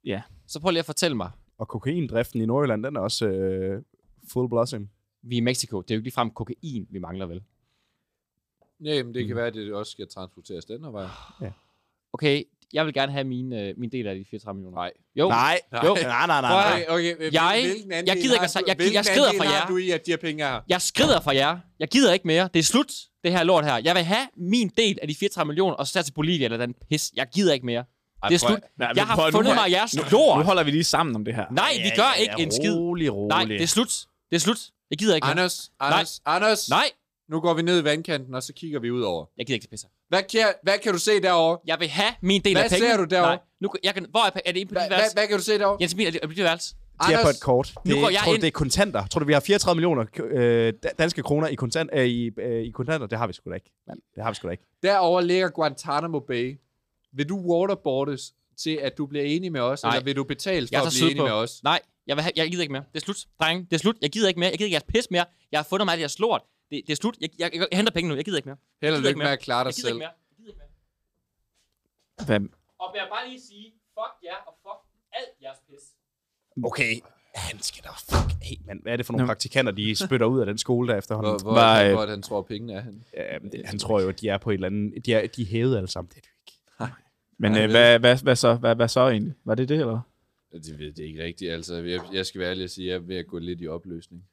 Speaker 10: Ja.
Speaker 8: Så prøv lige at fortælle mig.
Speaker 4: Og kokaindriften i Nordjylland, den er også øh, full blossom.
Speaker 8: Vi er i Mexico. Det er jo ikke ligefrem kokain, vi mangler vel?
Speaker 6: Nej, men det
Speaker 10: Mm.
Speaker 6: kan være, at det også skal transporteres den her
Speaker 8: Ah,
Speaker 6: vej.
Speaker 8: Okay, jeg vil gerne have min, øh, min del af de 34 millioner.
Speaker 6: Nej.
Speaker 8: Jo.
Speaker 4: Nej,
Speaker 8: Jo.
Speaker 4: nej, nej, nej.
Speaker 8: Prøv at-
Speaker 4: nej.
Speaker 6: Okay, okay. hvil-
Speaker 8: Jeg-
Speaker 6: hvilken andel
Speaker 8: jeg gider ikke
Speaker 6: har
Speaker 8: at sige-
Speaker 6: du-
Speaker 8: jeg- jeg
Speaker 6: hvilken
Speaker 8: skrider
Speaker 6: andel
Speaker 8: fra jer.
Speaker 6: har du i, at de her penge er?
Speaker 8: Jeg skrider fra jer. Jeg gider ikke mere. Det er slut, det her lort her. Jeg vil have min del af de 34 millioner, og så tage til Bolivia eller den pis. Jeg gider ikke mere.
Speaker 6: Ej,
Speaker 8: Det er
Speaker 6: prøv
Speaker 8: slut.
Speaker 6: at-
Speaker 10: Nej, men
Speaker 8: Jeg har
Speaker 10: prøv at- nu
Speaker 8: fundet
Speaker 10: har-
Speaker 8: mig jeres
Speaker 10: Nu
Speaker 8: lort.
Speaker 10: holder vi lige sammen om det her.
Speaker 8: Nej, vi gør ikke en skid.
Speaker 4: Rolig, rolig.
Speaker 8: Nej, det er slut. Det er slut. Jeg gider ikke mere.
Speaker 6: Anders, Anders, Anders.
Speaker 8: Nej,
Speaker 6: Nu går vi ned i vandkanten, og så kigger vi ud over.
Speaker 8: jeg gider ikke til pisser.
Speaker 6: Hvad kan, hvad kan du se derovre?
Speaker 8: Jeg vil have min del
Speaker 6: Hvad
Speaker 8: af pengene.
Speaker 6: ser du derovre?
Speaker 8: Nej, nu, kan- jeg kan, hvor er, er det inde på
Speaker 6: Hva,
Speaker 8: dit
Speaker 6: hva,
Speaker 8: værelse?
Speaker 6: hvad kan du se derovre?
Speaker 8: Jens Emil, er det, er det dit værelse?
Speaker 4: Det er på
Speaker 6: Anders,
Speaker 4: et kort. Det,
Speaker 8: Nu går jeg
Speaker 4: tror du,
Speaker 8: ind-
Speaker 4: det er kontanter? Tror du, vi har 34 millioner øh, da- danske kroner i, kontant, øh, i, øh, i kontanter? Det har vi sgu da ikke. mand. Det har vi sgu da ikke.
Speaker 6: derovre ligger Guantanamo Bay. Vil du waterboardes til, at du bliver enig med os,
Speaker 8: Nej.
Speaker 6: eller vil du betale for
Speaker 8: Jeg
Speaker 6: at
Speaker 8: tager
Speaker 6: blive enig
Speaker 8: sydpå.
Speaker 6: med os?
Speaker 8: Nej, jeg, vil have, jeg gider ikke mere. Det er slut, drenge. Det er slut. Jeg gider ikke mere. Jeg gider ikke jeres pis mere. Jeg har fundet mig af det jeres lort. Det, det er slut. Jeg, jeg, jeg, henter penge nu. Jeg gider ikke mere.
Speaker 6: Held og
Speaker 8: gider
Speaker 6: lykke
Speaker 8: ikke
Speaker 6: med
Speaker 8: mere.
Speaker 6: at klare dig
Speaker 8: Jeg gider
Speaker 6: selv.
Speaker 8: ikke mere. Jeg gider ikke mere.
Speaker 10: Hvad?
Speaker 8: Og vil jeg bare lige sige, fuck jer og fuck alt jeres pis.
Speaker 4: Okay, han skal da fuck af, mand. Hvad er det for nogle
Speaker 10: Nå.
Speaker 4: praktikanter, de spytter ud af den skole der
Speaker 6: Hvor,
Speaker 4: efterhånden?
Speaker 6: hvor,
Speaker 10: Var,
Speaker 6: hvor,
Speaker 10: øh,
Speaker 6: hvor han tror, pengene er henne.
Speaker 4: Ja, men det, han tror jo, at de er på et eller andet... De er, de er hævet alle sammen. Det er de jo ikke.
Speaker 10: Men
Speaker 6: Nej, jeg
Speaker 10: øh, hvad, hvad, hvad, så, hvad, hvad så egentlig? Var det det, eller?
Speaker 6: Det ved det ikke rigtigt, altså. Jeg, jeg skal være ærlig og sige, at jeg er ved at gå lidt i opløsning.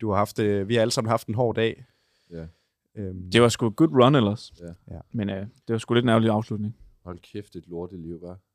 Speaker 4: Du har haft, øh, vi har alle sammen haft en hård dag.
Speaker 6: Ja.
Speaker 4: Øhm,
Speaker 10: Det var sgu et good run ellers.
Speaker 6: Ja.
Speaker 4: Ja.
Speaker 10: Men øh, det var sgu lidt en ærgerlig afslutning.
Speaker 6: Hold kæft, et lorteliv, var.